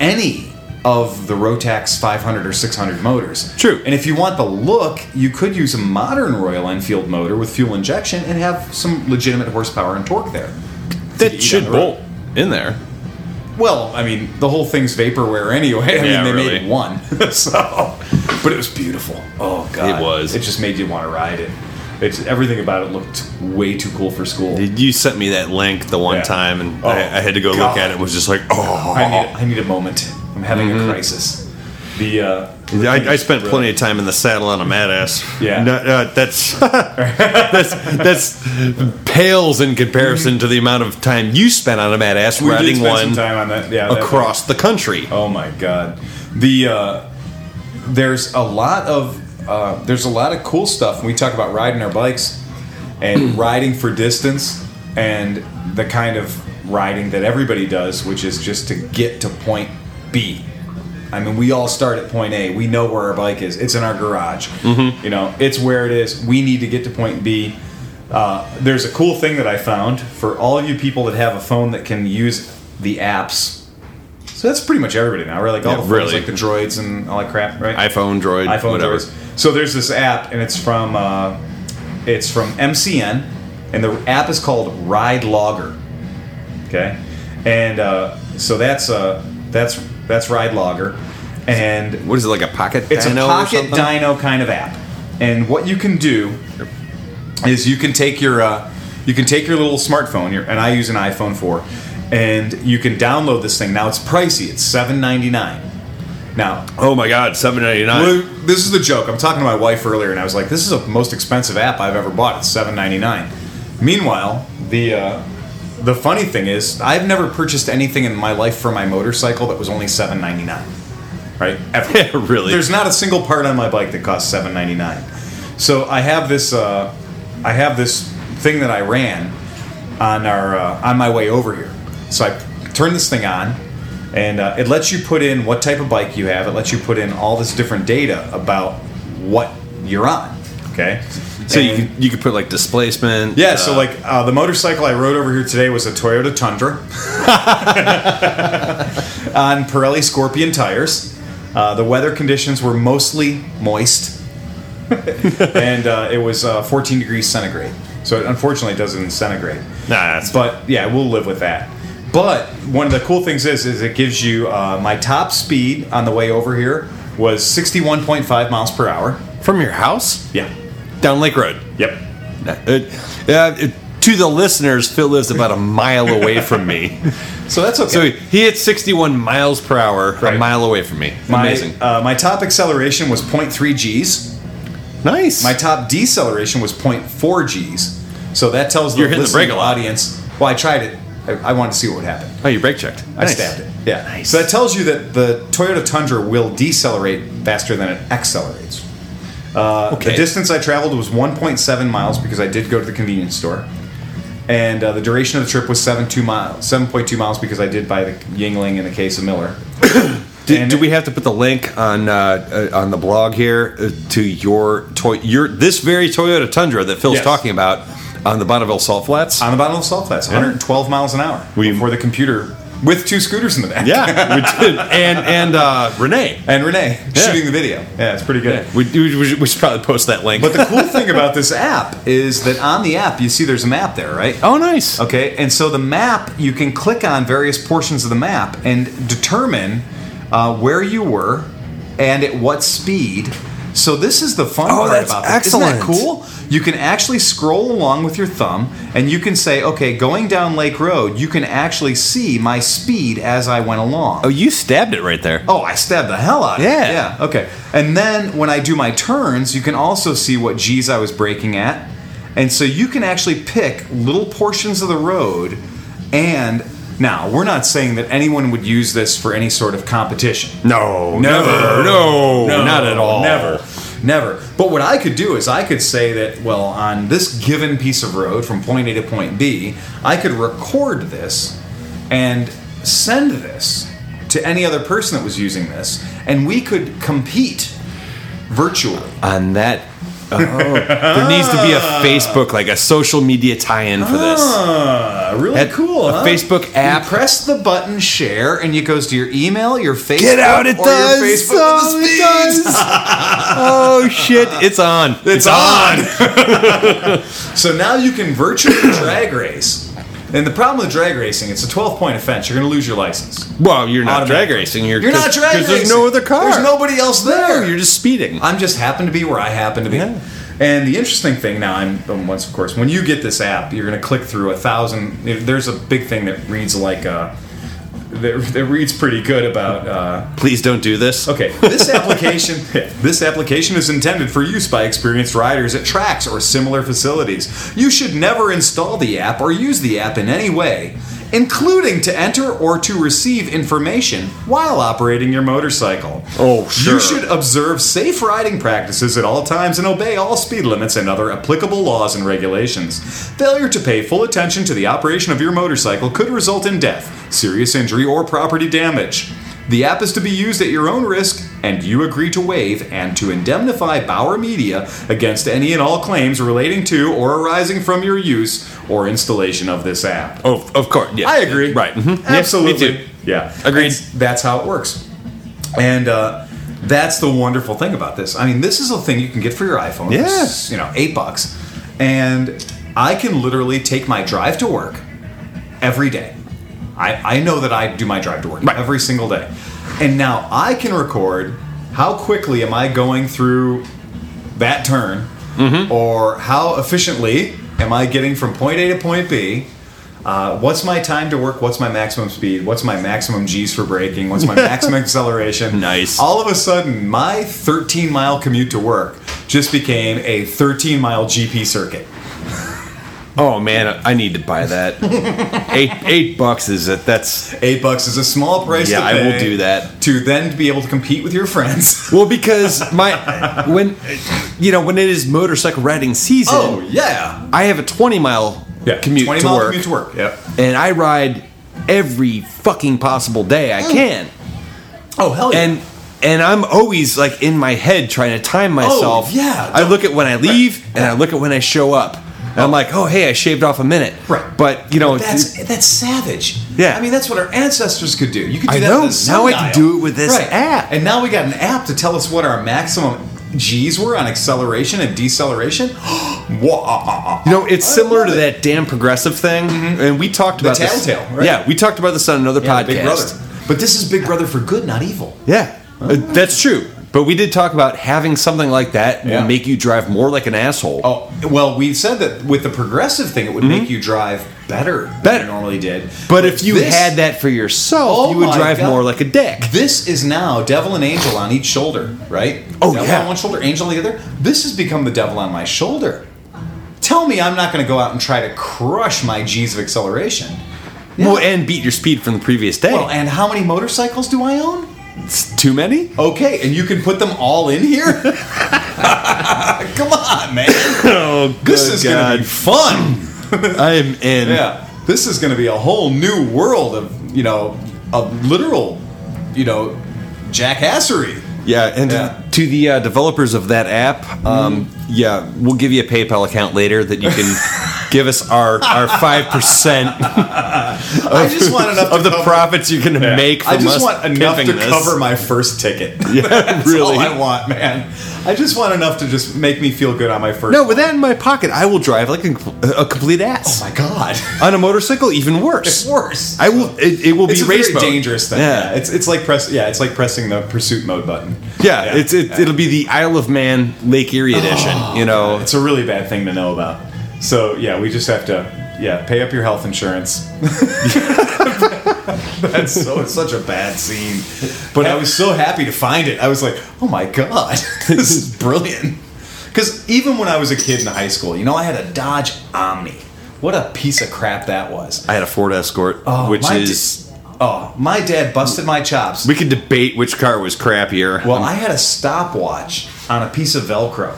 C: any of the Rotax 500 or 600 motors.
B: True.
C: And if you want the look, you could use a modern Royal Enfield motor with fuel injection and have some legitimate horsepower and torque there.
B: That
C: eat
B: should
C: on the road.
B: bolt in there.
C: Well, I mean, the whole thing's vaporware anyway. I
B: Yeah,
C: mean, they
B: really.
C: made one, so. But it was beautiful. Oh god,
B: It was.
C: It just made you want to ride it. It's everything about it looked way too cool for school.
B: You sent me that link the one
C: Yeah.
B: time, and
C: Oh,
B: I, I had to go
C: God.
B: look at it. it. Was just like, oh,
C: I need, I need a moment. I'm having
B: Mm-hmm.
C: a crisis. The uh,
B: I, I spent plenty of time in the saddle on a mad ass.
C: Yeah.
B: No, uh, that's that's that's pales in comparison to the amount of time you spent on a mad ass
C: we did
B: riding
C: spend some
B: one
C: time on that. Yeah, that-
B: across the country.
C: oh my god, the uh, there's a lot of uh, there's a lot of cool stuff when we talk about riding our bikes and riding for distance and the kind of riding that everybody does, which is just to get to point B. I mean, we all start at point A. We know where our bike is. It's in our garage.
B: Mm-hmm.
C: You know, it's where it is. We need to get to point B. Uh, there's a cool thing that I found for all of you people that have a phone that can use the apps. So that's pretty much everybody now, right? Like all
B: Yeah,
C: the phones,
B: really.
C: like the droids and all that crap, right?
B: iPhone, Droid,
C: iPhone
B: whatever.
C: droids. So there's this app, and it's from uh, it's from MCN, and the app is called Ride Logger. Okay, and uh, so that's uh, that's that's Ride Logger, and
B: What is it like a pocket?
C: it's
B: dyno
C: a
B: or
C: pocket
B: something?
C: dyno kind of app, and what you can do is you can take your uh, you can take your little smartphone, your, and I use an iPhone four, and you can download this thing. Now it's pricey; it's seven ninety nine. Now
B: Oh my god, seven ninety
C: well,
B: nine.
C: this is the joke. I'm talking to my wife earlier, and I was like, "This is the most expensive app I've ever bought. It's seven ninety nine. Meanwhile, the uh, the funny thing is, I've never purchased anything in my life for my motorcycle that was only seven ninety nine. Right? Ever.
B: Yeah, really.
C: There's not a single part on my bike that costs seven ninety nine. So I have this uh, I have this thing that I ran on our uh, on my way over here. So I turn this thing on, and uh, it lets you put in what type of bike you have. It lets you put in all this different data about what you're on. Okay.
B: So you
C: And-
B: could, you could put like displacement.
C: yeah,
B: uh,
C: so like uh, the motorcycle I rode over here today was a Toyota Tundra on Pirelli Scorpion tires. Uh, the weather conditions were mostly moist, and uh, it was uh, 14 degrees centigrade. So it unfortunately doesn't centigrade.
B: Nah, that's
C: but yeah, we'll live with that. But one of the cool things is, is it gives you uh, my top speed on the way over here was 61.5 miles per hour.
B: from your house
C: Yeah.
B: down Lake Road.
C: Yep.
B: Uh, it- yeah, it- to the listeners, Phil lives about a mile away from me.
C: So that's okay.
B: So he hit 61 miles per hour a
C: Right.
B: mile away from me.
C: my,
B: Amazing.
C: Uh, my top acceleration was 0.3 G's.
B: nice.
C: My top deceleration was 0.4 G's. So that tells the
B: You're hitting the brake
C: listening
B: a lot.
C: audience. Well, I tried it. I, I wanted to see what would happen.
B: oh, you brake checked.
C: I stabbed it. Yeah. So that tells you that the Toyota Tundra will decelerate faster than it accelerates. Uh,
B: Okay.
C: The distance I traveled was 1.7 miles because I did go to the convenience store, and uh, the duration of the trip was seven two miles, 7.2 miles because I did buy the Yingling and the case of Miller.
B: Do,
C: And-
B: do we have to put the link on uh, uh, on the blog here uh, to your toy your this very Toyota Tundra that Phil's
C: Yes. Uh,
B: talking about on the Bonneville Salt Flats?
C: on the bottom of the salt flats, 112 miles an hour
B: We-
C: before the computer with two scooters in the back.
B: yeah, we did. And and uh, Renee,
C: and Renee
B: Yeah.
C: shooting the video. Yeah, it's pretty good.
B: we, we, we should probably post that link.
C: But the cool thing about this app is that on the app, you see there's a map there, right?
B: oh, nice.
C: Okay, and so the map, you can click on various portions of the map and determine uh, where you were and at what speed. So this is the fun
B: Oh,
C: part
B: that's
C: about this. Isn't that
B: excellent.
C: cool? You can actually scroll along with your thumb and you can say, okay, going down Lake Road, you can actually see my speed as I went along.
B: Oh, you stabbed it right there.
C: Oh, I stabbed the hell out of
B: Yeah.
C: it. Yeah. Okay. And then when I do my turns, you can also see what G's I was braking at. And so you can actually pick little portions of the road. And now, we're not saying that anyone would use this for any sort of competition.
B: No,
C: Never.
B: no, not at all.
C: Never. Never. But what I could do is I could say that, well, on this given piece of road from point A to point B, I could record this and send this to any other person that was using this, and we could compete virtually.
B: On that, oh, there needs to be a Facebook, like a social media tie-in for this.
C: Ah, really
B: That-
C: cool.
B: a
C: huh?
B: Facebook app.
C: You press the button share, and it goes to your email, your Facebook,
B: Get out! It
C: or
B: does.
C: your Facebook with the
B: Oh, it
C: speeds.
B: does. oh shit! It's on. It's,
C: on. so now you can virtually drag race. And the problem with drag racing, it's a 12 point offense. You're going to lose your license.
B: Well, you're not drag
C: Automatically.
B: racing. You're,
C: You're not drag racing.
B: Because there's no other car.
C: There's nobody else there.
B: No, You're just speeding.
C: I'm just happen to be where I happen to be.
B: Yeah.
C: And the interesting thing now, I'm um, once of course, when you get this app, you're going to click through a thousand. There's a big thing that reads like uh, that, that reads pretty good about. Uh,
B: Please don't do this.
C: Okay, this application this application is intended for use by experienced riders at tracks or similar facilities. You should never install the app or use the app in any way, including to enter or to receive information while operating your motorcycle.
B: Oh, sure.
C: You should observe safe riding practices at all times and obey all speed limits and other applicable laws and regulations. Failure to pay full attention to the operation of your motorcycle could result in death, serious injury, or property damage. The app is to be used at your own risk, and you agree to waive and to indemnify Bauer Media against any and all claims relating to or arising from your use or installation of this app.
B: Oh, of course. Yeah.
C: I agree.
B: Right. mhm. Yes, me
C: Absolutely.
B: too.
C: Yeah.
B: Agreed.
C: That's, that's how it works. And uh, that's the wonderful thing about this. I mean, this is a thing you can get for your iPhone.
B: Yeah.
C: It's, you know, eight bucks. And I can literally take my drive to work every day. I, I know that I do my drive to work
B: Right.
C: every single day. And now I can record how quickly am I going through that turn
B: Mm-hmm.
C: or how efficiently am I getting from point A to point B. Uh, what's my time to work? What's my maximum speed? What's my maximum G's for braking? What's my maximum acceleration?
B: Nice.
C: All of a sudden, my 13 mile commute to work just became a 13 mile GP circuit.
B: Oh man, I need to buy that. eight eight bucks is it? That's
C: Eight bucks is a small price.
B: Yeah,
C: to
B: I
C: pay
B: will do that.
C: to then be able to compete with your friends.
B: well because my when you know when it is motorcycle riding season,
C: Oh yeah,
B: I have a twenty mile commute
C: Twenty
B: to
C: mile
B: work,
C: commute to work. Yep.
B: and I ride every fucking possible day I can.
C: Oh hell yeah.
B: and and I'm always like in my head trying to time myself.
C: Oh, yeah.
B: I look at when I leave and I look at when I show up. And I'm like, oh hey, I shaved off a minute.
C: Right.
B: But you know,
C: that's that's savage.
B: Yeah.
C: I mean that's what our ancestors could do. You could do
B: I
C: that.
B: know.
C: With a
B: Now I can
C: sundial.
B: do it with this
C: Right.
B: app.
C: And now we got an app to tell us what our maximum G's were on acceleration and deceleration. uh, Whoa.
B: you know, it's
C: I
B: similar to
C: love it.
B: that damn progressive thing. And we talked
C: Mm-hmm. The
B: about this.
C: Tattletale, right?
B: Yeah, we talked about this on another
C: Yeah,
B: podcast.
C: Big Brother. But this is Big Brother for good, not evil.
B: Yeah, Uh, that's true. But we did talk about having something like that
C: Yeah.
B: will make you drive more like an asshole.
C: Oh well, we said that with the progressive thing, it would make you drive better,
B: Mm-hmm. Better.
C: than you normally did.
B: but if you
C: This-
B: had that for yourself,
C: Oh
B: you would
C: my
B: drive
C: God.
B: more like a dick.
C: this is now devil and angel on each shoulder, right?
B: Oh,
C: devil
B: yeah.
C: on one shoulder, angel on the other. This has become the devil on my shoulder. Tell me, I'm not going to go out and try to crush my G's of acceleration.
B: Well, and beat your speed from the previous day.
C: Well, and how many motorcycles do I own?
B: It's too many?
C: Okay, and you can put them all in here. Come on, man.
B: Oh,
C: This is going to be fun.
B: I am in.
C: Yeah, this is going to be a whole new world of you know, of literal, you know, jackassery.
B: Yeah, and
C: Yeah. Mm-hmm.
B: to the uh, developers of that app, um, yeah, we'll give you a PayPal account later that you can give us our our five percent
C: I just want enough
B: of
C: to
B: the
C: cover-
B: profits you're going to make. From
C: I just
B: us
C: want enough to
B: pimping this.
C: cover my first ticket.
B: Yeah,
C: That's all
B: really.
C: I want, man. I just want enough to just make me feel good on my first.
B: No, with that in my pocket, I will drive like a, a complete
C: Oh
B: ass
C: my god,
B: on a motorcycle. Even
C: it's
B: worse.
C: worse.
B: I will. It, it will
C: It's
B: be
C: a
B: race
C: very
B: mode.
C: dangerous thing.
B: Yeah.
C: Yeah. it's it's like press. Yeah, it's like pressing the pursuit mode button.
B: Yeah, it's it,
C: yeah. Oh,
B: it'll be the Isle of Man Lake Erie edition. you know,
C: It's a really bad thing to know about. So yeah, we just have to yeah pay up your health insurance. That's so it's such a bad scene. But I was so happy to find it. I was like, oh my god, this is brilliant. Because even when I was a kid in high school, you know, I had a Dodge Omni. What a piece of crap that was.
B: I had a Ford Escort,
C: Oh,
B: which
C: my da-
B: is
C: oh, my dad busted my chops.
B: we could debate which car was crappier.
C: Well, I had a stopwatch on a piece of Velcro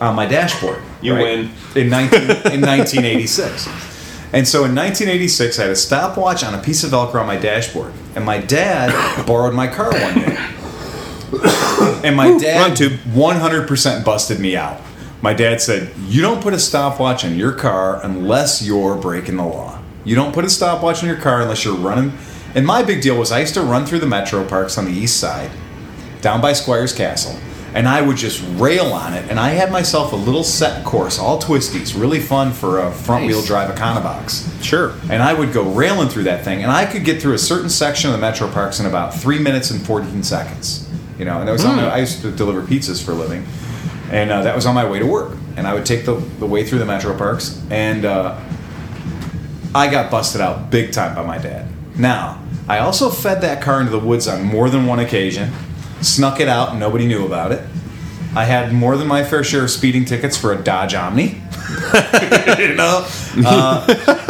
C: on my dashboard.
B: You win.
C: In, 19, in 1986. And so in 1986, I had a stopwatch on a piece of Velcro on my dashboard. And my dad borrowed my car one day. and my
B: run
C: dad
B: tube.
C: 100% busted me out. My dad said, You don't put a stopwatch on your car unless you're breaking the law. You don't put a stopwatch on your car unless you're running. And my big deal was I used to run through the metro parks on the east side down by Squire's Castle, and I would just rail on it. And I had myself a little set course, all twisties, really fun for a front wheel
D: Nice.
C: drive Econobox.
B: sure.
C: And I would go railing through that thing, and I could get through a certain section of the metro parks in about three minutes and 14 seconds. You know, and that was on. I used to deliver pizzas for a living, and uh, that was on my way to work. And I would take the, the way through the metro parks, and uh, I got busted out big time by my dad. Now, I also fed that car into the woods on more than one occasion, snuck it out, and nobody knew about it. I had more than my fair share of speeding tickets for a Dodge Omni. you know? Uh,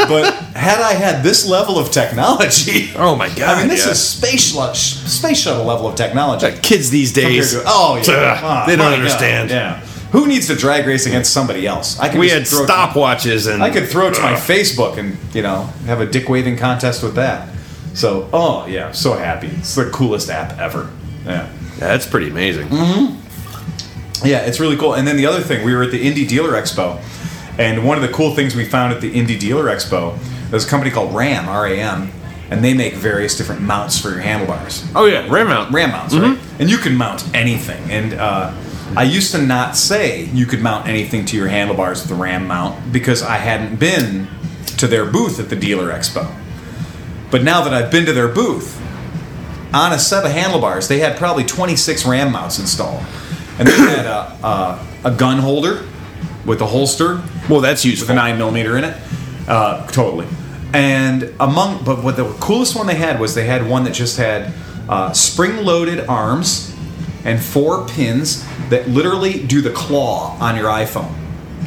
C: but had I had this level of technology,
B: Oh my god!
C: I mean, this
B: yeah.
C: is space, shuttle- space shuttle level of technology.
B: Uh, kids these days.
C: Compared to- oh, yeah.
B: Ugh,
C: Oh,
B: they don't
C: my God.
B: understand.
C: Yeah. Who needs to drag race against somebody else? I can
B: We
C: just
B: had
C: throw it to-
B: stopwatches and
C: I could throw it to my Facebook and you know have a dick waving contest with that. So oh yeah, so happy. It's the coolest app ever. Yeah.
B: That's pretty amazing.
C: Mm-hmm. Yeah, it's really cool. And then the other thing, we were at the Indie Dealer Expo, and one of the cool things we found at the Indie Dealer Expo, there's a company called RAM, R A M, and they make various different mounts for your handlebars.
B: Oh yeah, ram out.
C: RAM mounts, right? And you can mount anything. And uh, I used to not say you could mount anything to your handlebars with the RAM mount because I hadn't been to their booth at the dealer expo. But now that I've been to their booth, on a set of handlebars, they had probably 26 RAM mounts installed. And they had a, a, a gun holder with a holster
B: Well, that's
C: with a
B: useful.
C: nine millimeter in it. Uh, totally. And among, but what the coolest one they had was they had one that just had uh, spring-loaded arms and four pins that literally do the claw on your iPhone.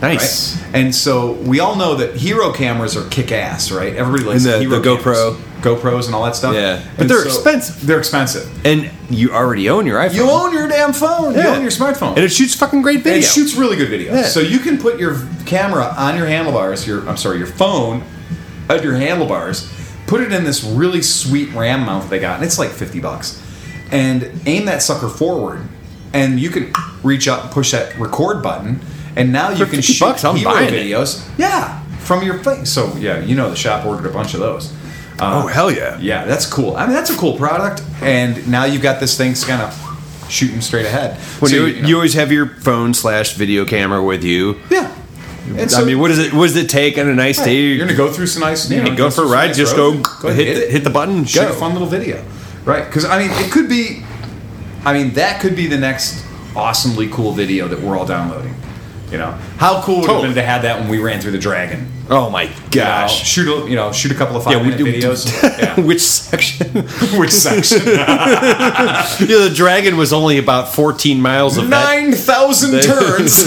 B: Nice.
C: right? And so we all know that hero cameras are kick-ass, right? Everybody likes
B: And the-
C: hero
B: the
C: cameras.
B: GoPro.
C: GoPros, and all that stuff.
B: Yeah. But
C: And
B: they're expensive.
C: They're expensive.
B: And you already own your iPhone.
C: You own your damn phone. You
B: Yeah.
C: own your smartphone.
B: and it shoots fucking great video.
C: It shoots really good video.
B: Yeah.
C: So you can put your camera on your handlebars, your I'm sorry, your phone at your handlebars, put it in this really sweet RAM mount that they got, and it's like 50 bucks. And aim that sucker forward, and you can reach up and push that record button, and now you
B: For
C: can
B: 50
C: shoot
B: bucks, I'm
C: hero
B: buying it.
C: videos. Yeah, from your face. So yeah, you know the shop ordered a bunch of those. Uh,
B: Oh hell yeah!
C: yeah, that's cool. I mean, that's a cool product, and now you've got this thing kind of shooting straight ahead.
B: When
C: So,
B: you,
C: you know-
B: you always have your phone slash video camera with you.
C: yeah. And
B: I mean, what does it? What does it take on a nice day?
C: You're gonna go through some nice. You
B: Hey,
C: know,
B: go for a
C: through some
B: ride,
C: nice
B: just
C: roads
B: go-
C: and ahead,
B: hit- hit the button,
C: Shoot
B: go.
C: a fun little video, right? Because I mean, it could be I mean, that could be the next awesomely cool video that we're all downloading. You know, how cool would it have been to have that when we ran through the dragon?
B: Oh my
C: Gosh,
B: gosh.
C: shoot a you know shoot a couple of five
B: Yeah, we
C: minute
B: do-
C: videos. Yeah.
B: Which section?
C: Which section?
B: yeah, the dragon was only about 14 miles of that.
C: Nine thousand turns.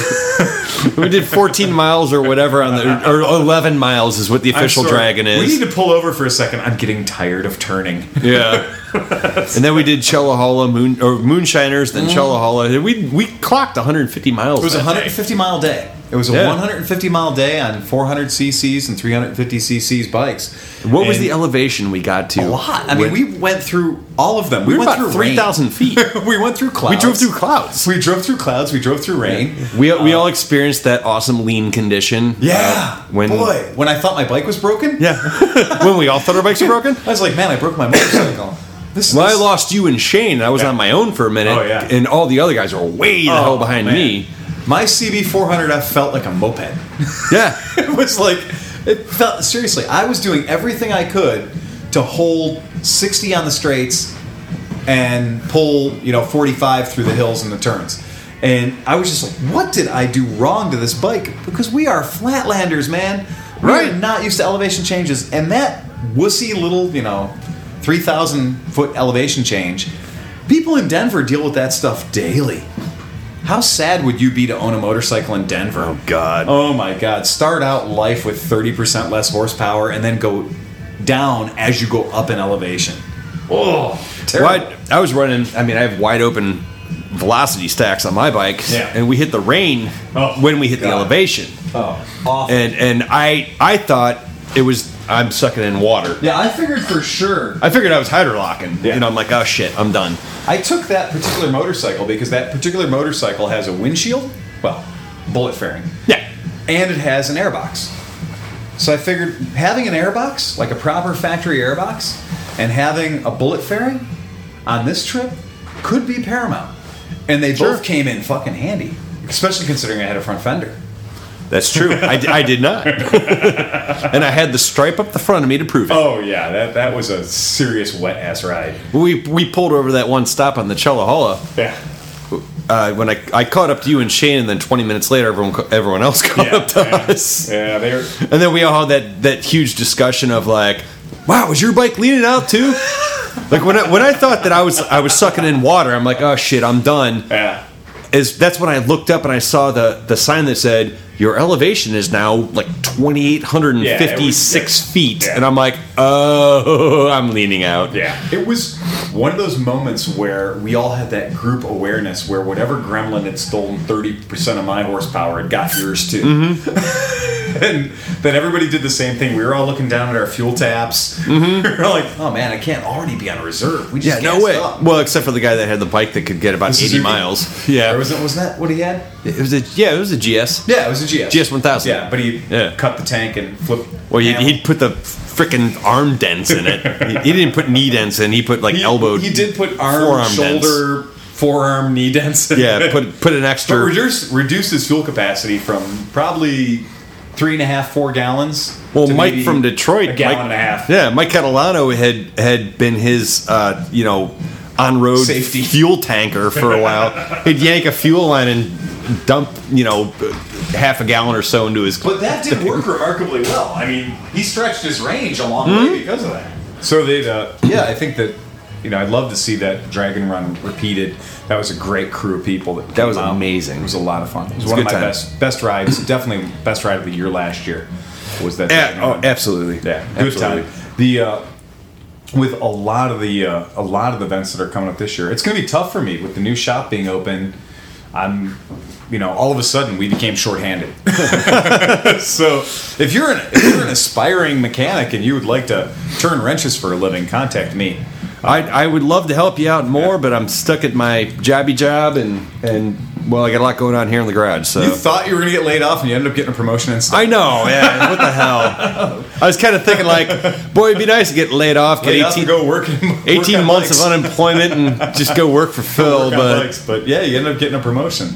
B: we did 14 miles or whatever on the or 11 miles is what the
C: I'm
B: official
C: sorry.
B: dragon
C: We
B: is.
C: need to pull over for a second. I'm getting tired of turning.
B: yeah. and then we did Chelahala moon or moonshiners, then Chelahala. We we clocked 150 miles.
C: Mm. It was a
B: that day.
C: 150 mile day. It was a
B: Yeah.
C: 150 mile day on 400 cc's and 350 cc's bikes.
B: What was
C: And
B: the elevation we got to?
C: a lot? I mean,
B: When-
C: we went through all of them.
B: we were
C: went
B: about
C: through rain.
B: 3,000 feet.
C: we went through clouds.
B: we drove through clouds.
C: We drove through clouds. We drove through rain.
B: We, we all experienced that awesome lean condition. uh,
C: Yeah.
B: when
C: boy, when I thought my bike was broken,
B: yeah, when we all thought our bikes were broken.
C: I was like, man, I broke my motorcycle. This.
B: Well, I
C: this-
B: lost you and Shane. I was on my own for a minute,
C: Oh, yeah.
B: and all the other guys were way the
C: Oh,
B: hell behind
C: man.
B: me.
C: My CB400F felt like a moped.
B: Yeah,
C: it was like it felt seriously i was doing everything i could to hold 60 on the straights and pull you know 45 through the hills and the turns and i was just like what did i do wrong to this bike because we are flatlanders man we
B: Right.
C: are not used to elevation changes and that wussy little you know 3000 foot elevation change people in denver deal with that stuff daily how sad would you be to own a motorcycle in denver
B: Oh, God.
C: Oh my God! Start out life with thirty percent less horsepower, and then go down as you go up in elevation. Oh, terrible!
B: Well, I, I was running. I mean, I have wide open velocity stacks on my bike,
C: Yeah.
B: and we hit the rain
C: Oh,
B: when we hit the
C: God.
B: elevation,
C: Oh, awful.
B: and and I I thought it was I'm sucking in water.
C: yeah, I figured for sure.
B: I figured I was hydrolocking.
C: Yeah.
B: You know, I'm like, oh shit, I'm done.
C: I took that particular motorcycle because that particular motorcycle has a windshield, well, bullet fairing,
B: Yeah,
C: and it has an airbox. So I figured having an airbox, like a proper factory airbox, and having a bullet fairing on this trip could be paramount. And they
B: Sure.
C: both came in fucking handy, especially considering I had a front fender.
B: that's true. I, di- I did not, and I had the stripe up the front of me to prove it.
C: Oh yeah, that that was a serious wet ass ride.
B: We we pulled over that one stop on the Chullahulla.
C: Yeah.
B: Uh, when I, I caught up to you and Shane, and then 20 minutes later, everyone ca- everyone else caught
C: Yeah,
B: up to
C: yeah.
B: us.
C: Yeah, they were
B: And then we all had that that huge discussion of like, wow, was your bike leaning out too? like when I, when I thought that I was I was sucking in water, I'm like, oh shit, I'm done.
C: yeah.
B: Is that's when I looked up and I saw the the sign that said your elevation is now like 2,856
C: Yeah, it was-
B: feet,
C: yeah.
B: and I'm like, oh, I'm leaning out.
C: Yeah. It was one of those moments where we all had that group awareness where whatever gremlin had stolen 30% of my horsepower, it got yours too.
B: Mm-hmm.
C: and then everybody did the same thing. We were all looking down at our fuel taps. We were like, oh man, I can't already be on reserve. We
B: Mm-hmm. Yeah,
C: just
B: no
C: gassed
B: way.
C: Up.
B: Well, except for the guy that had the bike that could get about
C: The
B: 80
C: Suzuki?
B: miles. Yeah.
C: Or was, it, was that what he had?
B: It was a yeah, it was a GS.
C: Yeah, it was a GS.
B: GS1000.
C: Yeah, but he
B: Yeah.
C: cut the tank and flipped.
B: Well, he'd,
C: panel.
B: he'd put the frickin' arm dents in it. he, he didn't put knee dents in. He put like
C: He-
B: elbow.
C: He did put arm,
B: forearm
C: shoulder, forearm, knee dents. in
B: Yeah,
C: it.
B: put put an
C: but
B: extra.
C: reduce reduce his fuel capacity from probably three and a half, four gallons.
B: Well,
C: to
B: Mike
C: maybe
B: from Detroit,
C: a gallon
B: Mike,
C: and a half.
B: Yeah, Mike Catalano had had been his, uh, you know, on road
C: Safety.
B: fuel tanker for a while. He'd yank a fuel line and dump, you know, half a gallon or so into his.
C: But that did work remarkably well. I mean, he stretched his range a long
B: Hmm?
C: way because of that. So they, uh, yeah, I think that you know, I'd love to see that Dragon Run repeated. That was a great crew of people. That, came
B: was
C: out.
B: amazing.
C: It was a lot of fun. It was,
B: was
C: one
B: a
C: of my
B: good time.
C: best best rides. definitely best ride of the year last year. Was
B: Eh,
C: that? Dragon
B: oh,
C: Run.
B: absolutely.
C: Yeah, good
B: Absolutely.
C: time. The uh, with a lot of the uh, a lot of the events that are coming up this year, it's going to be tough for me with the new shop being open. I'm, you know, all of a sudden we became shorthanded. so if you're an if you're an aspiring mechanic and you would like to turn wrenches for a living, contact me.
B: I, I would love to help you out more, but I'm stuck at my jobby job, and and well, I got a lot going on here in the garage. So
C: You thought you were going to get laid off and you ended up getting a promotion and stuff.
B: I know, yeah. What the hell? I was kind of thinking like, boy, it'd be nice to get laid off, get
C: Laid off and
B: 18,
C: go work. and- work
B: 18
C: on
B: months
C: bikes.
B: of unemployment and just go work for Phil.
C: Work on
B: but
C: bikes, but yeah, you end up getting a promotion.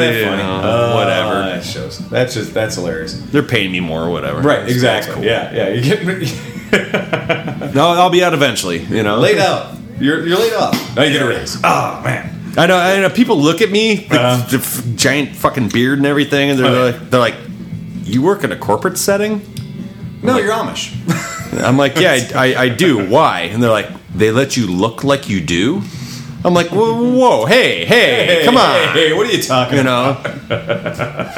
C: Isn't that
B: you
C: funny?
B: know,
C: Uh,
B: whatever.
C: That shows. That's just that's hilarious.
B: they're paying me more or whatever.
C: Right,
B: So
C: exactly.
B: that's
C: Yeah, yeah. You get
B: cool. No, I'll be out eventually. You know,
C: laid out. You're, you're laid off. Now you get a raise. Oh man.
B: I know, I know. People look at me,
C: Uh-huh.
B: the f- giant fucking beard and everything, and they're
C: Oh, yeah.
B: like, they're like, "You work in a corporate setting?"
C: No, you're Amish.
B: I'm like, "Yeah, I, I, I do. Why?" And they're like, "They let you look like you do." I'm like, "Whoa, whoa hey, hey, come on."
C: Hey, what are you talking
B: you
C: about?
B: know.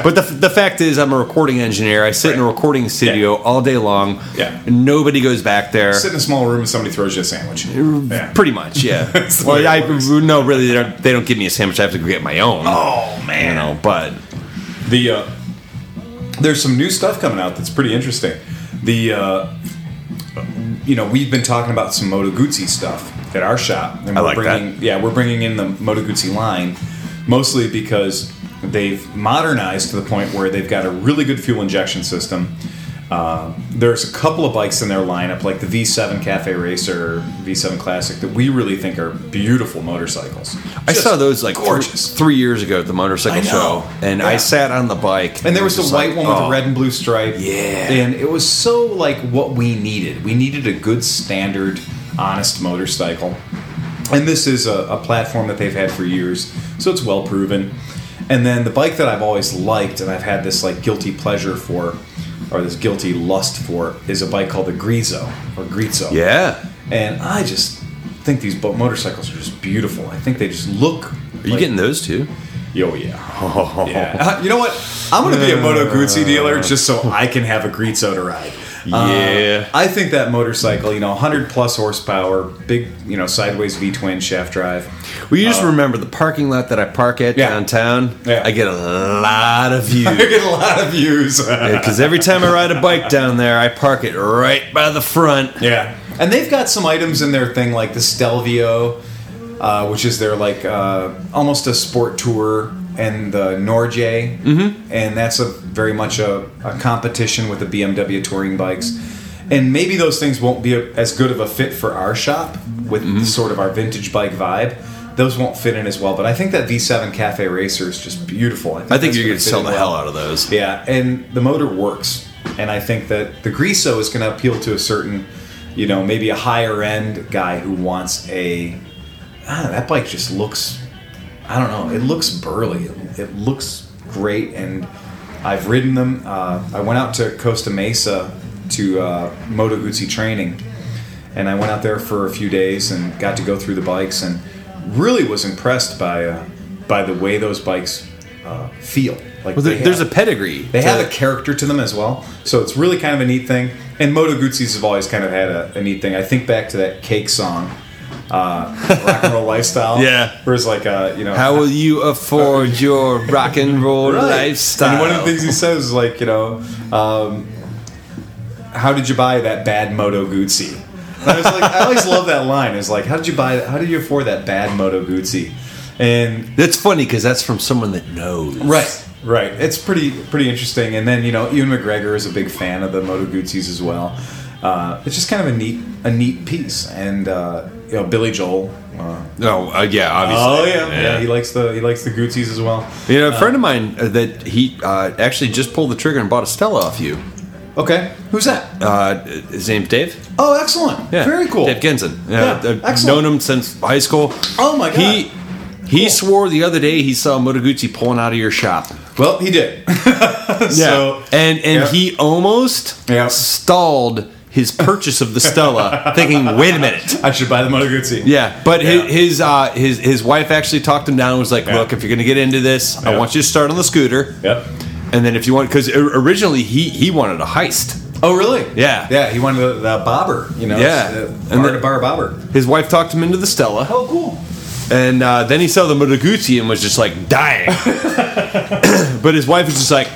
B: but the, the fact is, I'm a recording engineer. I sit in a recording studio all day long.
C: Yeah.
B: Nobody goes back there.
C: Sit in a small room and somebody throws you a sandwich. Yeah.
B: Pretty much, yeah.
C: That's the way
B: well,
C: it
B: I
C: works.
B: no, really, they don't. They don't give me a sandwich. I have to go get my own.
C: Oh man.
B: You know, but
C: The uh, there's some new stuff coming out that's pretty interesting. The uh, you know we've been talking about some Moto Guzzi stuff at our shop. And
B: I
C: we're
B: like that.
C: bringing, Yeah, we're bringing in the Moto Guzzi line mostly because they've modernized to the point where they've got a really good fuel injection system. Uh, there's a couple of bikes in their lineup, like the V7 Cafe Racer, V7 Classic, that we really think are beautiful motorcycles.
B: I
C: Just
B: saw those like thr-
C: gorgeous.
B: three years ago at the motorcycle
C: I know.
B: show, and I
C: Yeah.
B: sat on the bike,
C: And there was the
B: just
C: white
B: like,
C: one with
B: oh.
C: the red and blue stripe.
B: Yeah.
C: And it was so like what we needed. We needed a good standard, honest motorcycle. And this is a, a platform that they've had for years, so it's well proven. And then the bike that I've always liked and I've had this like guilty pleasure for, or this guilty lust for, is a bike called the Grizo or Grizo.
B: Yeah,
C: And I just think these bo- motorcycles are just beautiful. I think they just look.
B: are you getting those too?
C: Yo, Oh, yeah. Yeah. Uh, you know what? I'm going to be a Moto Guzzi dealer just so I can have a Grizzo to ride. Uh,
B: Yeah.
C: I think that motorcycle, you know, 100 plus horsepower, big, you know, sideways V twin shaft drive.
B: Well, you just remember the parking lot that I park at
C: Uh, Yeah.
B: downtown.
C: Yeah.
B: I get a lot of
C: I
B: views
C: get a lot of views.
B: because every time I ride a bike down there, I park it right by the front.
C: yeah. And they've got some items in their thing like the Stelvio, uh, which is their like uh, almost a sport tour, and the Norje, mm-hmm. and that's a very much a, a competition with the BMW touring bikes. And maybe those things won't be a, as good of a fit for our shop with
B: Mm-hmm.
C: sort of our vintage bike vibe. Those won't fit in as well, but I think that V7 Cafe Racer is just beautiful.
B: I think
C: that's
B: you're gonna
C: fit
B: sell
C: in
B: the
C: well.
B: hell out of those.
C: Yeah, and the motor works, and I think that the Griso is going to appeal to a certain, you know, maybe a higher end guy who wants a. I don't know, that bike just looks. I don't know. It looks burly. It, it looks great, and I've ridden them. Uh, I went out to Costa Mesa to uh, Moto Guzzi training, and I went out there for a few days and got to go through the bikes, and really was impressed by uh, by the way those bikes uh, feel. Like
B: Well, there,
C: they
B: there's a
C: have-
B: pedigree.
C: they
B: to-
C: have a character to them as well, so it's really kind of a neat thing. And Moto Guzzi's have always kind of had a, a neat thing. I think back to that cake song, uh, rock and roll lifestyle.
B: Yeah.
C: where it's like, uh, you know,
B: How will you afford your rock and roll
C: Right.
B: lifestyle?
C: And one of the things he says is like, you know, um, how did you buy that bad Moto Guzzi? And I was like, I always love that line. It's like, how did you buy? How did you afford that bad Moto Guzzi? And
B: That's funny because that's from someone that knows.
C: Right, right. It's pretty pretty interesting. And then you know, Ewan McGregor is a big fan of the Moto Guzzis as well. Uh, it's just kind of a neat a neat piece. And uh, you know, Billy Joel. Uh,
B: No, uh, yeah,
C: oh
B: obviously.
C: yeah, yeah, Um, He likes the he likes the Guzzis as well.
B: You know, a friend of mine uh, that he uh, actually just pulled the trigger and bought a Stella off you.
C: Okay, who's that?
B: Uh, his name's Dave.
C: Oh, excellent. Very cool.
B: Dave Genson.
C: Yeah,
B: Yeah, I've
C: excellent.
B: known him since high school.
C: Oh my God.
B: He he
C: Cool.
B: swore the other day he saw Motoguchi pulling out of your shop.
C: Well, he did. So
B: and and
C: yeah.
B: he almost
C: Yeah.
B: stalled his purchase of the Stella, thinking, "Wait a minute."
C: I should buy the Moto Guzzi.
B: Yeah, but
C: Yeah.
B: His, his uh his his wife actually talked him down and was like,
C: Yeah.
B: "Look, if you're going to get into this, I
C: Yeah.
B: want you to start on the scooter."
C: Yep.
B: And then if you want, because originally he he wanted a heist.
C: Oh really?
B: Yeah.
C: Yeah. He wanted the, the bobber. You know.
B: Yeah. And
C: And
B: the-
C: the bar bobber.
B: His wife talked him into the Stella,
C: Oh cool.
B: and uh, then he saw the Motoguchi and was just like dying. but his wife was just like,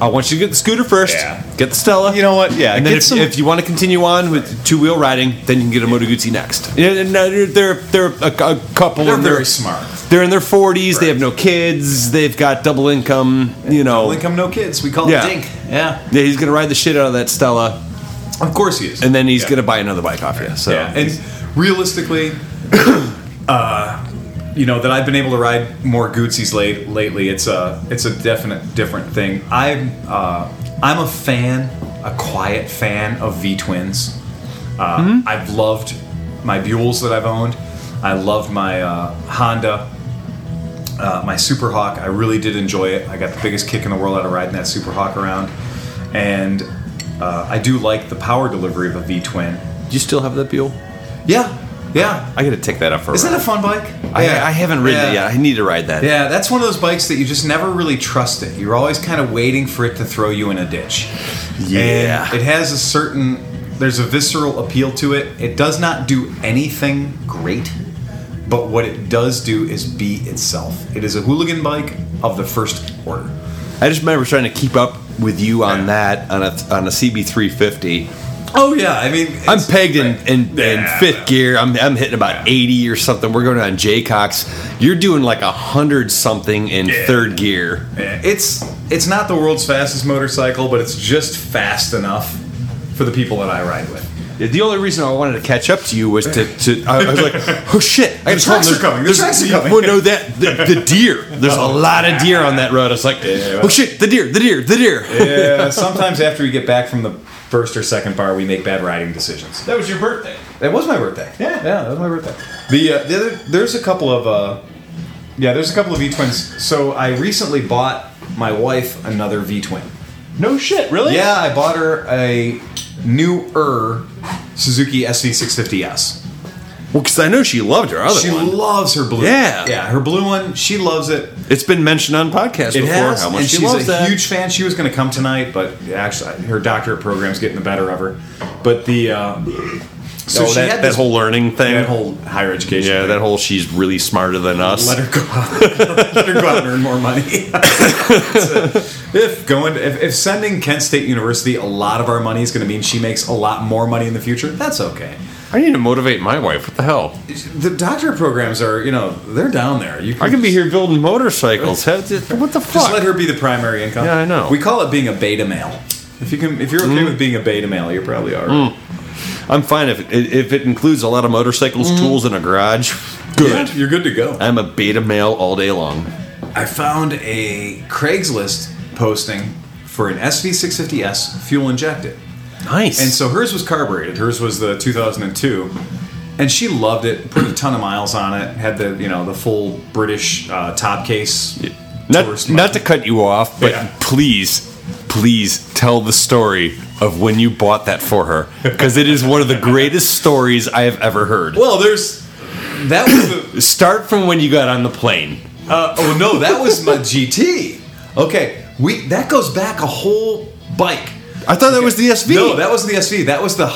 B: "I want you to get the scooter first,
C: Yeah.
B: get the Stella."
C: You know what? Yeah,
B: And then
C: get
B: if,
C: some-
B: if you want to continue on with two wheel riding, then you can get a Motoguchi next. Yeah, and, uh, They're they're, they're a, a couple.
C: They're
B: and they're-
C: very smart.
B: They're in their 40s. They have no kids. They've got double income. You know,
C: Well, income, no kids. We call
B: Yeah.
C: it Dink. Yeah.
B: yeah, he's gonna ride the shit out of that Stella,
C: Of course he is.
B: and then he's
C: Yeah.
B: gonna buy another bike off you. So
C: Yeah. And realistically, uh, you know that I've been able to ride more Gucci's late lately. It's a it's a definite different thing. I'm uh, I'm a fan, a quiet fan of V twins. Uh, I've loved my Buells that I've owned. I loved my uh, Honda, uh, my Super Hawk. I really did enjoy it. I got the biggest kick in the world out of riding that Super Hawk around, and uh, I do like the power delivery of a V twin.
B: Do you still have that Buell?
C: Yeah, yeah.
B: I gotta take that up for a
C: Isn't it
B: ride.
C: a fun bike?
B: I, I haven't ridden it yet. I need to ride that.
C: Yeah, that's one of those bikes that you just never really trust it. You're always kind of waiting for it to throw you in a ditch.
B: Yeah.
C: And it has a certain there's a visceral appeal to it. It does not do anything great, but what it does do is be itself. It is a hooligan bike of the first order.
B: I just remember trying to keep up with you on
C: Yeah.
B: that on a on a CB350.
C: Oh yeah, I mean
B: I'm pegged in, in,
C: Yeah,
B: in fifth
C: well.
B: gear. I'm, I'm hitting about 80 or something. We're going on Jaycox. You're doing like a hundred something in
C: Yeah.
B: third gear.
C: It's it's not the world's fastest motorcycle, but it's just fast enough for the people that I ride with.
B: The only reason I wanted to catch up to you was to, to I was like, oh shit, I gotta tell
C: tracks
B: them
C: are coming, the
B: there's-
C: tracks are coming. Oh.
B: Well, no, that the, the deer. There's a lot of deer on that road. It's like, oh shit, the deer, the deer, the deer.
C: yeah, Uh, sometimes after we get back from the first or second bar, we make bad riding decisions. That was your birthday. That was my birthday. Yeah, yeah, that was my birthday. The, uh, the other, there's a couple of uh, yeah, there's a couple of V twins. So I recently bought my wife another V twin.
B: No shit, really?
C: Yeah, I bought her a newer Suzuki SV650S.
B: Well, because I know she loved her other
C: She
B: one.
C: loves her blue.
B: Yeah.
C: yeah, her blue one. She loves it.
B: it's been mentioned on podcasts
C: It
B: before
C: has,
B: how much
C: and
B: she
C: she's
B: loves
C: a
B: that.
C: huge fan. She was going to come tonight, but actually, her doctorate program's getting the better of her. But the uh, so
B: oh,
C: she
B: that,
C: had
B: that
C: this,
B: whole learning thing.
C: that whole higher education.
B: yeah, that whole she's really smarter than us.
C: let her go out. let her go out and earn more money. if going, if, if sending Kent State University a lot of our money is going to mean she makes a lot more money in the future, that's okay.
B: I need to motivate my wife. What the hell?
C: The doctorate programs are, you know, they're down there. You
B: I can be here building motorcycles. How- What the fuck?
C: Just let her be the primary income.
B: Yeah, I know. Mm.
C: We call it being a beta male. If you can, if you're okay with being a beta male, you probably are.
B: I'm fine if it, if it includes a lot of motorcycles, tools, and a garage. Good.
C: Yeah, you're good to go.
B: I'm a beta male all day long.
C: I found a Craigslist posting for an SV650S fuel injected.
B: Nice.
C: And so hers was carbureted. Hers was the 2002, and she loved it. Put a ton of miles on it. Had the you know the full British uh, top case.
B: not,
C: tourist
B: not to cut you off, but
C: Yeah.
B: please, please tell the story of when you bought that for her because it is one of the greatest stories I have ever heard.
C: Well, there's that was the,
B: Start from when you got on the plane.
C: Uh, oh no, that was my GT. Okay, we that goes back a whole bike.
B: I thought that was the SV.
C: No, that wasn't the SV. That was the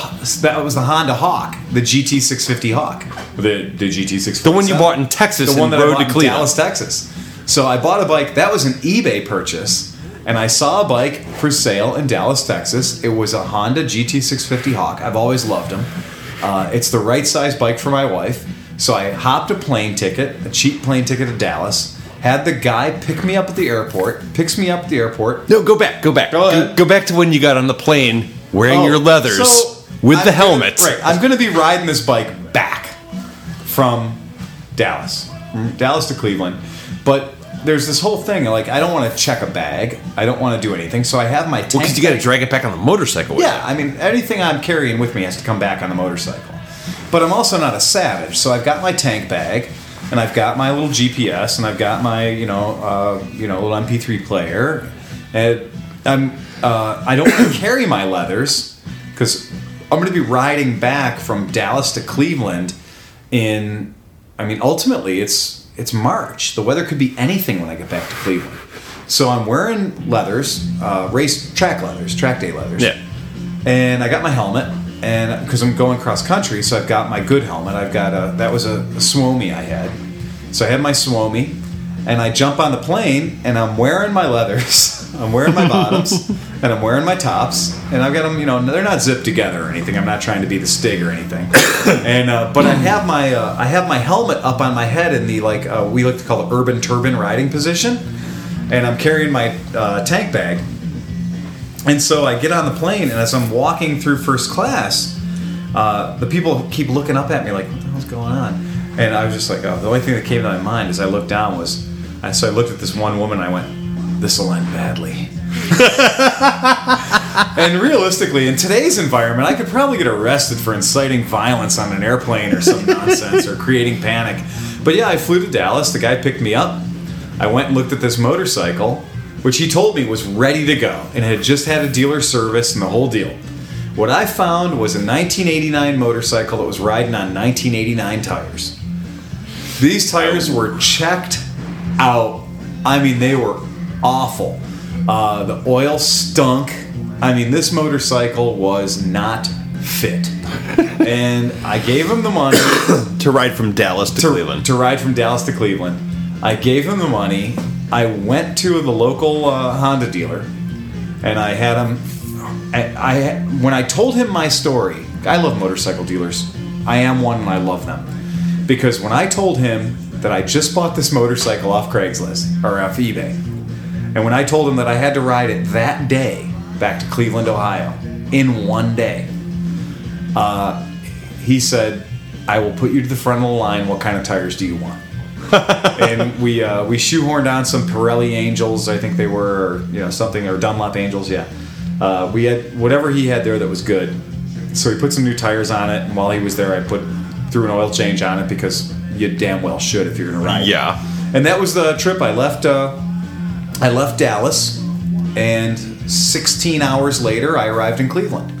C: that was the Honda Hawk, the GT650 Hawk, the the GT650.
B: The one you bought in Texas
C: the one
B: and
C: that
B: rode
C: I
B: to
C: bought in
B: Cleveland.
C: Dallas, Texas. So I bought a bike. That was an eBay purchase, and I saw a bike for sale in Dallas, Texas. It was a Honda GT650 Hawk. I've always loved them. Uh, it's the right size bike for my wife. So I hopped a plane ticket, a cheap plane ticket to Dallas. Had the guy pick me up at the airport. Picks me up at the airport.
B: No, go back, go back,
C: Go
B: go,
C: ahead.
B: go back to when you got on the plane wearing
C: Oh,
B: your leathers
C: so
B: with the
C: I'm
B: helmet.
C: Gonna, right, I'm going to be riding this bike back from Dallas, from Dallas to Cleveland. But there's this whole thing like I don't want to check a bag. I don't want to do anything. So I have my tank.
B: Because you got to
C: bag-
B: drag it back on the motorcycle. with
C: Yeah, I mean anything I'm carrying with me has to come back on the motorcycle. But I'm also not a savage, so I've got my tank bag, and I've got my little GPS, and I've got my you know uh, you know little MP3 player, and I'm uh, I don't want to carry my leathers because I'm going to be riding back from Dallas to Cleveland in I mean ultimately it's it's March. The weather could be anything when I get back to Cleveland. So I'm wearing leathers, uh, race track leathers, track day leathers
B: it. Yeah.
C: and I got my helmet, and because I'm going cross country, so I've got my good helmet. I've got a that was a, a Suomi I had, so I had my Suomi, and I jump on the plane, and I'm wearing my leathers, I'm wearing my bottoms, and I'm wearing my tops, and I've got them. You know, they're not zipped together or anything. I'm not trying to be the Stig or anything, and uh, but I have my uh, I have my helmet up on my head in the like uh, we like to call the urban turban riding position, and I'm carrying my uh, tank bag. And so I get on the plane, and as I'm walking through first class, uh, the people keep looking up at me like, "What the hell's going on?" And I was just like, "Oh." The only thing that came to my mind as I looked down was, I so I looked at this one woman. and I went, "This will end badly." and realistically, in today's environment, I could probably get arrested for inciting violence on an airplane or some nonsense or creating panic. But yeah, I flew to Dallas. The guy picked me up. I went and looked at this motorcycle, which he told me was ready to go and had just had a dealer service and the whole deal. What I found was a 1989 motorcycle that was riding on 1989 tires. These tires were checked out. I mean, they were awful. Uh, the oil stunk. I mean, this motorcycle was not fit. and I gave him the money
B: to ride from Dallas to,
C: to,
B: Cleveland.
C: to ride from Dallas to Cleveland. I gave him the money. I went to the local uh, Honda dealer, and I had him. I, I when I told him my story, I love motorcycle dealers. I am one, and I love them because when I told him that I just bought this motorcycle off Craigslist or off eBay, and when I told him that I had to ride it that day back to Cleveland, Ohio, in one day, uh, he said, "I will put you to the front of the line. What kind of tires do you want?" and we uh, we shoehorned on some Pirelli Angels, I think they were, or, you know, something or Dunlop Angels. Yeah, uh, we had whatever he had there that was good. So he put some new tires on it, and while he was there, I put threw an oil change on it because you damn well should if you're gonna ride. it.
B: Yeah.
C: and that was the trip. I left uh, I left Dallas, and 16 hours later, I arrived in Cleveland.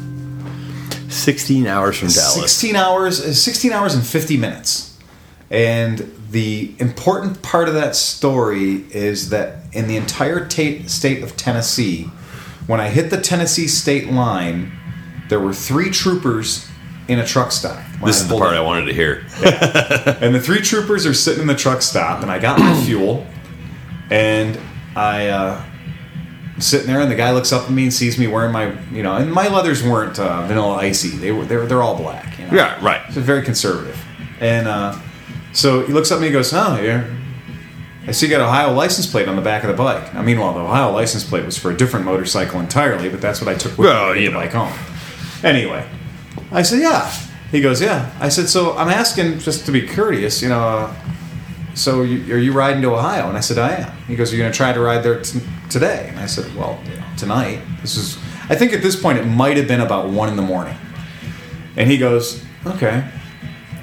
B: 16 hours from Dallas.
C: 16 hours, uh, 16 hours and 50 minutes. And the important part of that story is that in the entire ta- state of Tennessee, when I hit the Tennessee state line, there were three troopers in a truck stop. when
B: This
C: I
B: is the
C: pulled
B: part
C: up.
B: I wanted to hear.
C: And the three troopers are sitting in the truck stop, and I got my fuel, and I uh, sitting there, and the guy looks up at me and sees me wearing my, you know, and my leathers weren't uh, vanilla icy; they were they're they're all black. You know?
B: Yeah, right.
C: So very conservative, and uh, so he looks up at me and goes, "Huh, you're." I see you got Ohio license plate on the back of the bike. Now, meanwhile, the Ohio license plate was for a different motorcycle entirely, but that's what I took with
B: Well,
C: me to get
B: you
C: the
B: know.
C: bike home. Anyway, I said, yeah. He goes, yeah. I said, so I'm asking just to be courteous, you know. uh, So you, are you riding to Ohio? And I said, I am. He goes, are you going to try to ride there t- today? And I said, well, you know, tonight. This is. I think at this point it might have been about one in the morning. And he goes, okay.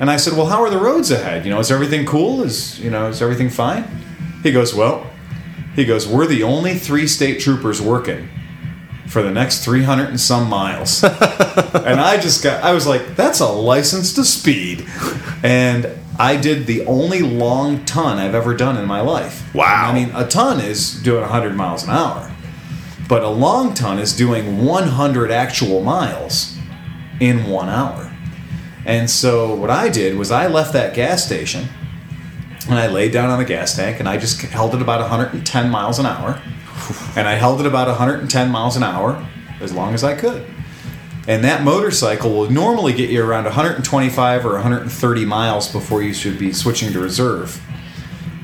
C: And I said, well, how are the roads ahead? You know, is everything cool? Is you know, is everything fine? He goes, well. He goes, we're the only three state troopers working for the next 300 and some miles. and I just got, I was like, that's a license to speed. And I did the only long ton I've ever done in my life.
B: Wow.
C: I mean, a ton is doing 100 miles an hour, but a long ton is doing 100 actual miles in one hour. And so what I did was I left that gas station and I laid down on the gas tank and I just held it about 110 miles an hour. And I held it about 110 miles an hour as long as I could. And that motorcycle will normally get you around 125 or 130 miles before you should be switching to reserve.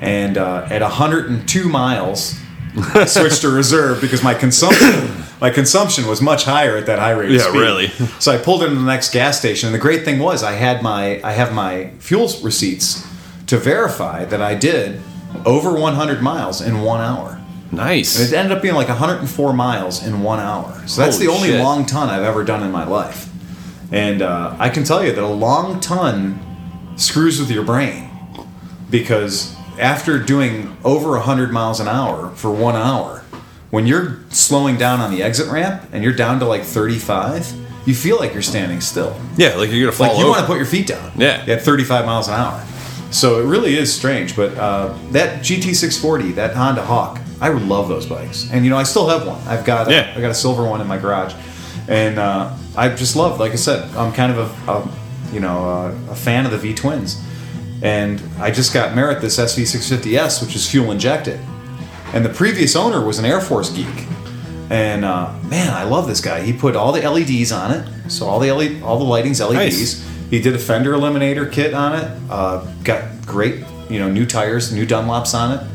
C: And uh, at 102 miles, I switched to reserve because my consumption my consumption was much higher at that high rate. of
B: Yeah,
C: speed.
B: really.
C: So I pulled into the next gas station, and the great thing was I had my I have my fuel receipts to verify that I did over 100 miles in one hour.
B: Nice.
C: It ended up being like 104 miles in one hour. So that's
B: Holy
C: the only
B: shit.
C: long ton I've ever done in my life. And uh, I can tell you that a long ton screws with your brain because after doing over 100 miles an hour for one hour, when you're slowing down on the exit ramp and you're down to like 35, you feel like you're standing still.
B: Yeah, like you're gonna fall
C: Like you
B: over.
C: want to put your feet down.
B: Yeah.
C: At 35 miles an hour. So it really is strange, but uh, that GT640, that Honda Hawk, I would love those bikes, and you know I still have one. I've got a,
B: Yeah.
C: I got a silver one in my garage, and uh, I just love. Like I said, I'm kind of a, a you know a, a fan of the V twins, and I just got Merit this SV650S, which is fuel injected, and the previous owner was an Air Force geek, and uh, man, I love this guy. He put all the LEDs on it, so all the LED, all the lighting's LEDs.
B: Nice.
C: He did a fender eliminator kit on it. Uh, got great, you know, new tires, new Dunlops on it.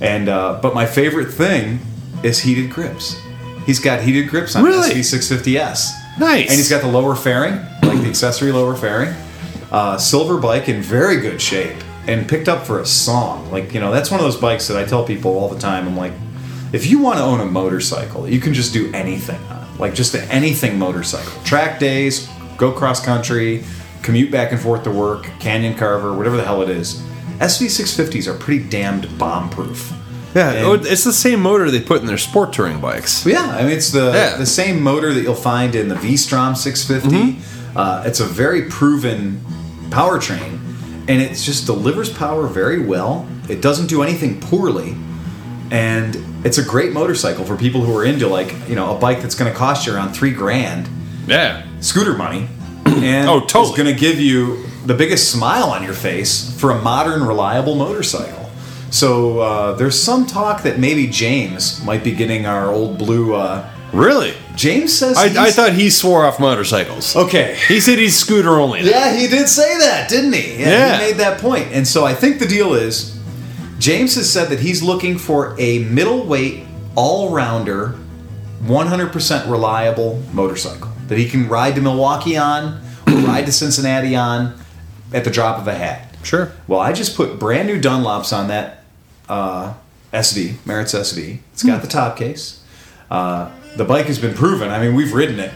C: And uh, but my favorite thing is heated grips. He's got heated grips on
B: Really?
C: his SV650S.
B: Nice.
C: And he's got the lower fairing, like the accessory lower fairing. Uh, silver bike in very good shape and picked up for a song. Like you know, that's one of those bikes that I tell people all the time. I'm like, if you want to own a motorcycle, you can just do anything on. like just to anything motorcycle. Track days, go cross country, commute back and forth to work, canyon carver, whatever the hell it is. SV650s are pretty damned bomb proof.
B: Yeah,
C: And-
B: oh, it's the same motor they put in their sport touring bikes.
C: yeah, I mean it's the
B: Yeah.
C: the same motor that you'll find in the V-Strom 650.
B: Mm-hmm.
C: Uh, it's a very proven powertrain, and it just delivers power very well. It doesn't do anything poorly, and it's a great motorcycle for people who are into like you know a bike that's going to cost you around three grand
B: Yeah.
C: scooter money, and
B: Oh, totally.
C: it's going to give you the biggest smile on your face for a modern, reliable motorcycle. So uh, there's some talk that maybe James might be getting our old blue. Uh,
B: Really?
C: James says
B: I, I
C: he's-
B: thought he swore off motorcycles.
C: Okay.
B: He said he's scooter only.
C: Yeah, he did say that, didn't he?
B: Yeah.
C: He made that point. And so I think the deal is James has said that he's looking for a middleweight, all rounder, 100% reliable motorcycle that he can ride to Milwaukee on, or ride to Cincinnati on at the drop of a hat.
B: Sure.
C: Well, I just put brand new Dunlops on that uh, SV, Merritt's SV. It's
B: Hmm.
C: got the top case. Uh, the bike has been proven. I mean, we've ridden it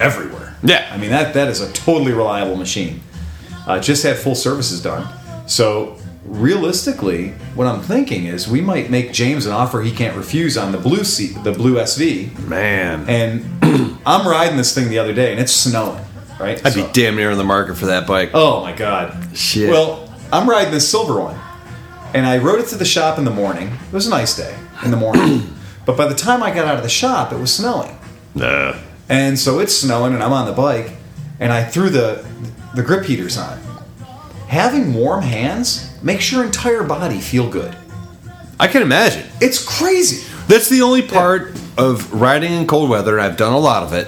C: everywhere.
B: Yeah.
C: I mean, that that is a totally reliable machine. Uh, just had full services done. So realistically, what I'm thinking is we might make James an offer he can't refuse on the blue seat, the blue SV.
B: Man.
C: And I'm riding this thing the other day, and it's snowing. Right?
B: I'd
C: So-
B: be damn near in the market for that bike.
C: Oh my god.
B: Shit.
C: Well, I'm riding this silver one. And I rode it to the shop in the morning. It was a nice day in the morning. but by the time I got out of the shop, it was snowing.
B: Nah.
C: And so it's snowing and I'm on the bike and I threw the the grip heaters on. Having warm hands makes your entire body feel good.
B: I can imagine.
C: It's crazy.
B: That's the only part of riding in cold weather, and I've done a lot of it.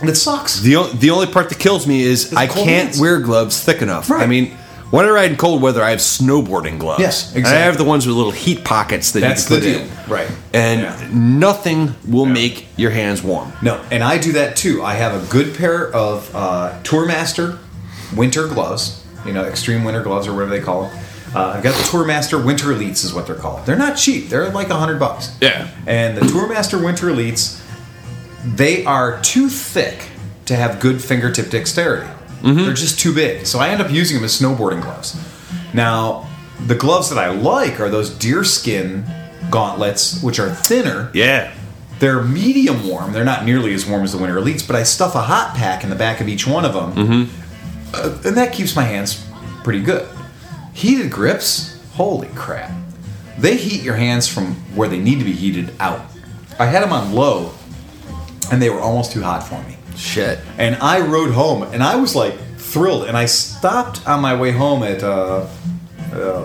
C: And it sucks.
B: The o- the only part that kills me is
C: the
B: I
C: cold
B: can't
C: hands.
B: wear gloves thick enough. I
C: Right.
B: mean, when I ride in cold weather, I have snowboarding gloves.
C: Yes,
B: And I
C: exactly.
B: have the ones with little heat pockets that
C: That's
B: you
C: the
B: can put
C: deal.
B: in.
C: Right.
B: And
C: Yeah.
B: nothing will
C: Yeah.
B: make your hands warm.
C: No, and I do that too. I have a good pair of uh, Tourmaster winter gloves, you know, extreme winter gloves or whatever they call them. Uh, I've got the Tourmaster Winter Elites is what they're called. They're not cheap. They're like a hundred bucks.
B: Yeah.
C: And the Tourmaster Winter Elites, they are too thick to have good fingertip dexterity. They're just too big. So I end up using them as snowboarding gloves. Now, the gloves that I like are those deerskin gauntlets, which are thinner.
B: Yeah.
C: They're medium warm. They're not nearly as warm as the Winter Elites, but I stuff a hot pack in the back of each one of them, uh, and that keeps my hands pretty good. Heated grips, holy crap! They heat your hands from where they need to be heated out. I had them on low, and they were almost too hot for me.
B: Shit.
C: And I rode home, and I was like thrilled. And I stopped on my way home at uh, uh,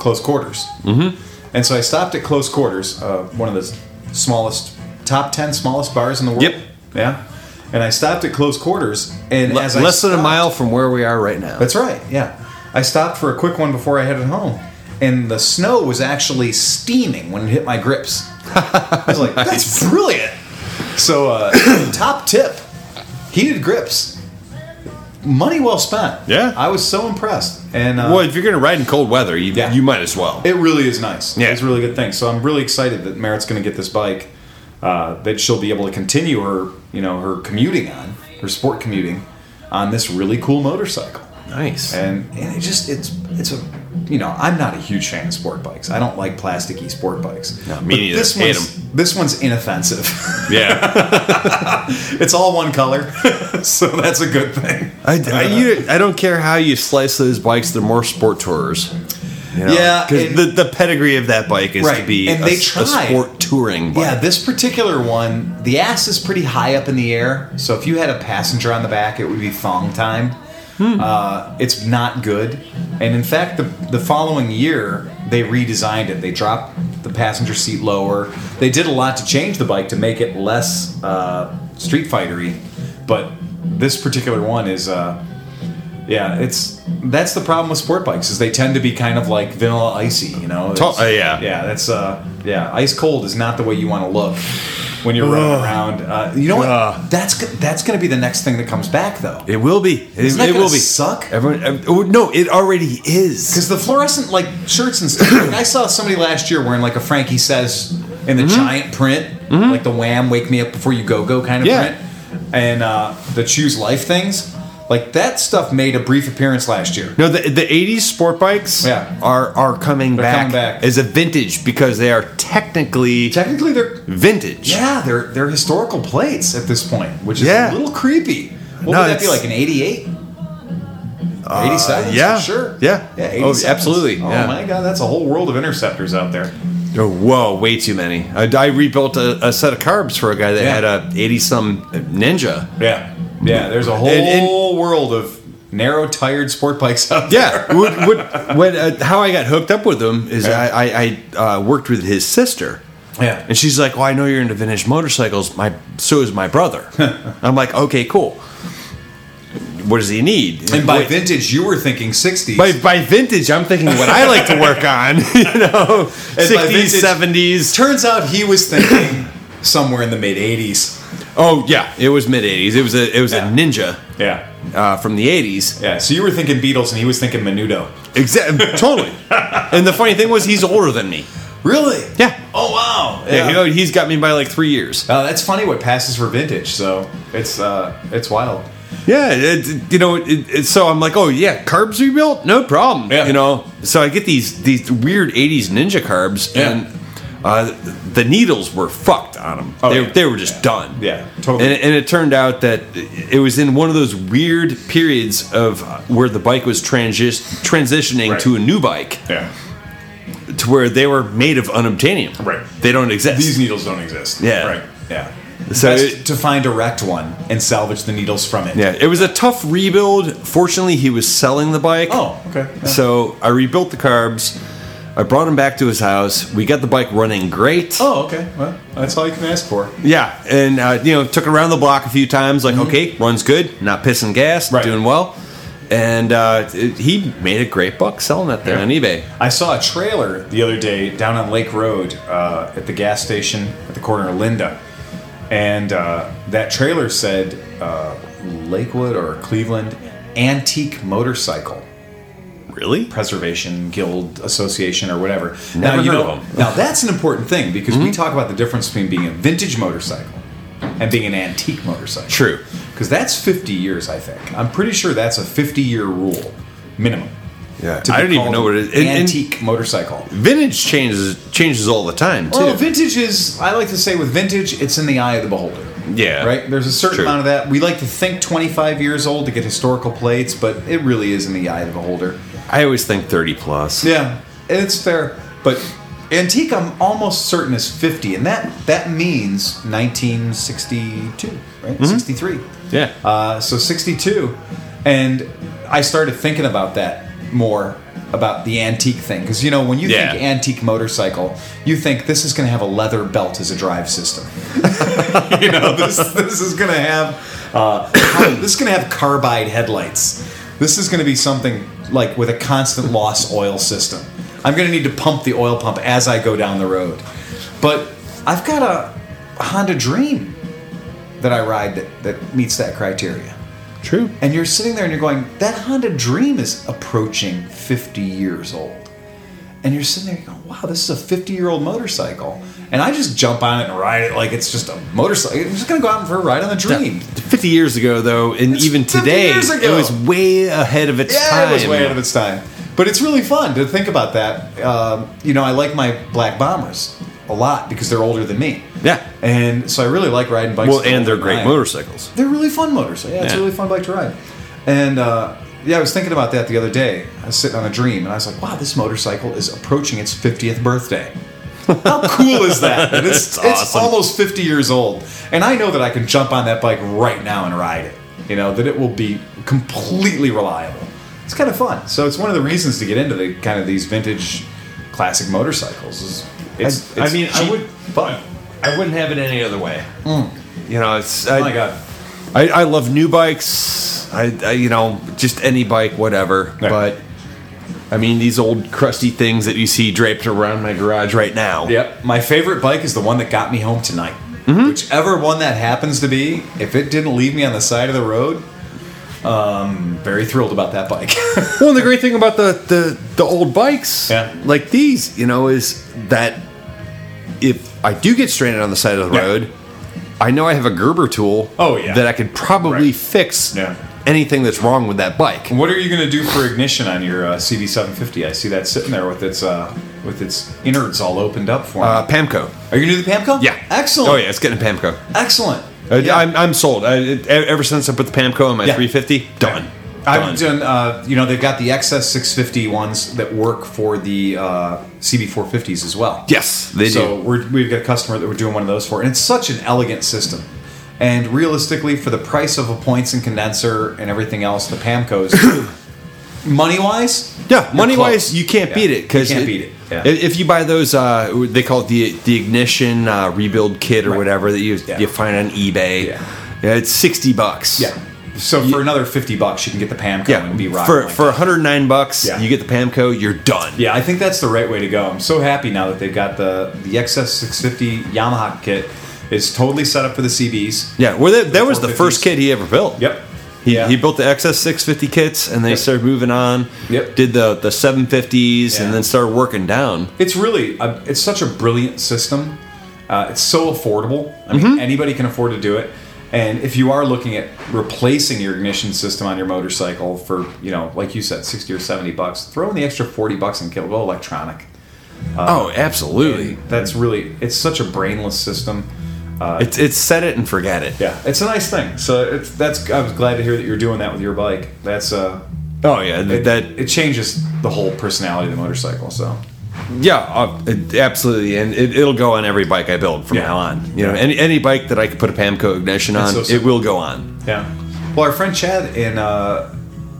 C: close quarters. Mm-hmm. And so I stopped at close quarters, uh, one of the smallest, top ten smallest bars in the world.
B: Yep.
C: Yeah. And I stopped at close quarters, and
B: Le-
C: as I
B: less than a
C: stopped-
B: mile from where we are right now.
C: That's right. Yeah. I stopped for a quick one before I headed home, and the snow was actually steaming when it hit my grips. I was like, "That's brilliant." So, uh, top tip: heated grips. Money well spent.
B: Yeah.
C: I was so impressed, and uh,
B: well, if you're going to ride in cold weather, you,
C: Yeah.
B: you might as well.
C: it really is nice.
B: Yeah.
C: It's a really good thing. So I'm really excited that Merritt's going to get this bike uh, that she'll be able to continue her, you know, her commuting on, her sport commuting on this really cool motorcycle.
B: nice.
C: And and it just it's it's a you know, I'm not a huge fan of sport bikes. I don't like plasticky sport bikes.
B: No, me neither.
C: This
B: Hate
C: one's, this one's inoffensive.
B: yeah.
C: it's all one color, so that's a good thing. Uh,
B: I, I, you, I don't care how you slice those bikes; they're more sport tourers. you know?
C: Yeah,
B: 'Cause
C: and-
B: the the pedigree of that bike is to
C: Right,
B: be
C: and
B: a,
C: they
B: s- a
C: tried.
B: sport touring bike.
C: Yeah, this particular one, the ass is pretty high up in the air. So if you had a passenger on the back, it would be thong time.
B: Hmm.
C: Uh, it's not good. And in fact, the, the following year, they redesigned it. They dropped the passenger seat lower. They did a lot to change the bike to make it less uh, street fightery. But this particular one is, uh, yeah, it's that's the problem with sport bikes is they tend to be kind of like vanilla icy, you know.
B: To- uh, yeah.
C: yeah, that's uh, yeah, ice cold is not the way you want to look when you're running
B: Ugh.
C: around. Uh, you know what?
B: Ugh.
C: That's go- that's going to be the next thing that comes back though.
B: It will be. It,
C: Isn't that
B: it
C: gonna
B: will be.
C: suck?
B: Everyone. ev- oh, no, it already is.
C: Because the fluorescent like shirts and stuff. like, I saw somebody last year wearing like a Frankie Says and the
B: Mm-hmm.
C: giant print, like the Wham, "Wake Me Up Before You Go Go" kind of
B: Yeah.
C: print, and uh, the Choose Life things. Like that stuff made a brief appearance last year.
B: No, the the '80s sport bikes
C: Yeah.
B: are are coming
C: They're
B: back,
C: coming back.
B: as a vintage because they are technically
C: Technically, they're
B: vintage.
C: yeah, they're they're historical plates at this point, which is
B: Yeah.
C: a little creepy. What
B: No,
C: would that be
B: it's- Uh,
C: like? An eighty-eight. 87
B: yeah.
C: sure
B: Yeah.
C: yeah
B: Oh,
C: 87s.
B: absolutely,
C: oh
B: yeah.
C: my god that's a whole world of interceptors out there
B: Oh, whoa, way too many. I, I rebuilt a, a set of carbs for a guy that
C: Yeah.
B: had a '80 some Ninja.
C: Yeah, yeah. There's a whole
B: And- and-
C: world of narrow, tired sport bikes out there.
B: Yeah, would, would, when, uh, how I got hooked up with him is
C: Yeah.
B: I, I, I uh, worked with his sister.
C: Yeah.
B: And she's like, "Well, I know you're into vintage motorcycles. My so is my brother." I'm like, "Okay, cool. What does he need?"
C: And by
B: Wait,
C: vintage, you were thinking 60s.
B: by, by vintage, I'm thinking what I like to work on. You know,
C: vintage-
B: sixties, seventies.
C: Turns out he was thinking somewhere in the mid 80s.
B: Oh yeah, it was mid '80s. It was a it was
C: Yeah.
B: a Ninja
C: Yeah.
B: uh, from the '80s.
C: Yeah. So you were thinking Beatles, and he was thinking Menudo.
B: Exactly, totally. And the funny thing was, he's older than me.
C: Really?
B: Yeah.
C: Oh wow.
B: Yeah, you know, he's got me by like three years.
C: Uh, that's funny what passes for vintage. So it's uh, it's wild.
B: Yeah, it, it- you know, it, it, so I'm like, oh yeah, carbs rebuilt, no problem.
C: Yeah.
B: You know, so I get these these weird '80s ninja carbs,
C: Yeah.
B: and uh, the needles were fucked on them.
C: Oh,
B: they,
C: yeah.
B: they were just done.
C: Yeah, totally.
B: And, and it turned out that it was in one of those weird periods of uh, where the bike was transi- transitioning
C: Right.
B: to a new bike,
C: Yeah.
B: to where they were made of unobtainium.
C: Right.
B: They don't exist.
C: These needles don't exist.
B: Yeah.
C: Right. Yeah.
B: So
C: Best
B: it-
C: to find a wrecked one and salvage the needles from it.
B: yeah, it was a tough rebuild. Fortunately, he was selling the bike.
C: Oh. Okay. Yeah.
B: So I rebuilt the carbs. I brought him back to his house. We got the bike running great.
C: Oh, okay. Well, that's all you can ask for.
B: Yeah, and uh, you know, took it around the block a few times. Like, okay, runs good, not pissing gas,
C: Mm-hmm. Right.
B: doing well. And uh, it- he made a great buck selling that thing
C: Yeah.
B: on eBay.
C: I saw a trailer the other day down on Lake Road uh, at the gas station at the corner of Linda, and uh, that trailer said uh, Lakewood or Cleveland Antique Motorcycle
B: Really?
C: Preservation Guild Association or whatever.
B: Never
C: you
B: heard
C: know,
B: of 'em. Hmm?
C: now that's an important thing because we talk about the difference between being a vintage motorcycle and being an antique motorcycle.
B: True.
C: because that's 50 years. I think I'm pretty sure that's a 50 year rule minimum.
B: Yeah.
C: to
B: I
C: be
B: don't even
C: called
B: know what it is. And- and
C: antique motorcycle.
B: vintage changes changes all the time too.
C: Well, vintage is, I like to say with vintage, it's in the eye of the beholder.
B: Yeah.
C: Right? There's a certain
B: True.
C: amount of that. We like to think 25 years old to get historical plates, but it really is in the eye of the beholder.
B: I always think thirty plus.
C: Yeah. It's fair. But antique, I'm almost certain, is 50, and that, that means 1962, right? 63.
B: Yeah.
C: Uh, so 62. And I started thinking about that more about the antique thing. Because, you know, when you
B: Yeah.
C: think antique motorcycle, you think this is going to have a leather belt as a drive system. you know, this, this is going to have. Uh, this is going to have carbide headlights. This is going to be something like with a constant loss oil system. I'm going to need to pump the oil pump as I go down the road. But I've got a Honda Dream that I ride that, that meets that criteria.
B: True.
C: And you're sitting there and you're going, that Honda Dream is approaching 50 years old. And you're sitting there, you going, wow, this is a 50 year old motorcycle. And I just jump on it and ride it like it's just a motorcycle. I'm just going to go out for a ride on the Dream.
B: 50 years ago though and
C: It's
B: even
C: 50
B: today
C: years ago.
B: it was way ahead of its
C: yeah,
B: time
C: it was way out of its time. But it's really fun to think about that. Um, you know, I like my black bombers a lot because they're older than me.
B: Yeah.
C: And so I really like riding bikes.
B: well
C: that are
B: and they're
C: older than I
B: great
C: am.
B: motorcycles
C: They're really fun motorcycles. Yeah, it's
B: Yeah.
C: a really fun bike to ride. And uh, yeah, I was thinking about that the other day. I was sitting on a dream, and I was like, "Wow, this motorcycle is approaching its 50th birthday. How cool is that? And it's it's
B: That's awesome.
C: almost 50 years old, and I know that I can jump on that bike right now and ride it. You know that it will be completely reliable. It's kind of fun. So it's one of the reasons to get into the kind of these vintage, classic motorcycles. Is it's,
B: I
C: it's
B: mean, I
C: cheap
B: would-
C: fun.
B: I wouldn't have it any other way. You know, it's
C: Oh
B: I,
C: my god.
B: I, I love new bikes. I, I you know just any bike, whatever.
C: Yeah.
B: But I mean, these old crusty things that you see draped around my garage right now.
C: Yep. My favorite bike is the one that got me home tonight.
B: Mm-hmm.
C: Whichever one that happens to be, if it didn't leave me on the side of the road, um, very thrilled about that bike.
B: Well, and the great thing about the the, the old bikes,
C: Yeah.
B: like these, you know, is that if I do get stranded on the side of the
C: Yeah.
B: road, I know I have a Gerber tool.
C: Oh, yeah.
B: that I could probably
C: Right.
B: fix
C: Yeah.
B: anything that's wrong with that bike.
C: What are you going to do for ignition on your uh, CV750? I see that sitting there with its uh, with its innards all opened up for me.
B: Uh, Pamco.
C: are you going to do the Pamco?
B: Yeah.
C: Excellent.
B: Oh yeah, it's getting Pamco.
C: Excellent.
B: Uh,
C: Yeah.
B: I'm, I'm sold. I, it, e- ever since I put the Pamco on my
C: Yeah.
B: 350, done.
C: I've
B: Done.
C: done, uh, you know, they've got the XS 650 ones that work for the uh, CB450s as well.
B: Yes, they
C: so
B: do.
C: We're, we've got a customer that we're doing one of those for, and it's such an elegant system. And realistically, for the price of a points and condenser and everything else, the Pamco's money wise,
B: Yeah, money wise, you can't beat it because
C: you can't beat it. Yeah.
B: If if you buy those, uh, they call it the the ignition uh, rebuild kit or whatever that you
C: Yeah.
B: you find on eBay.
C: Yeah.
B: Yeah, it's sixty bucks.
C: yeah. So for another fifty bucks, you can get the Pamco
B: yeah.
C: and be rocking.
B: for
C: like
B: for
C: that.
B: one hundred nine bucks,
C: Yeah.
B: you get the Pamco. You're done.
C: Yeah, I think that's the right way to go. I'm so happy now that they've got the the XS650 Yamaha kit. It's totally set up for the CBs.
B: Yeah, well, that, that was the
C: 450s.
B: first kit he ever built.
C: Yep.
B: He,
C: Yeah.
B: he built the XS650 kits, and then he
C: Yep.
B: started moving on.
C: Yep.
B: Did the the 750s,
C: Yeah.
B: and then started working down.
C: It's really a, it's such a brilliant system. Uh, it's so affordable. I mean, anybody can afford to do it. And if you are looking at replacing your ignition system on your motorcycle for you know, like you said, sixty or seventy bucks, throw in the extra forty bucks and go electronic. Uh,
B: oh, absolutely.
C: That's really it's such a brainless system.
B: it's it's set it and forget it.
C: uh, Yeah, it's a nice thing. So it's, that's I was glad to hear that you're doing that with your bike. That's uh,
B: Oh yeah, th-
C: it,
B: that
C: it changes the whole personality of the motorcycle. So
B: yeah, uh, it- absolutely, and it, it'll go on every bike I build from
C: Yeah.
B: now on. You know, any any bike that I could put a Pamco ignition on,
C: so
B: it
C: simple.
B: will go on.
C: yeah. Well, our friend Chad in uh,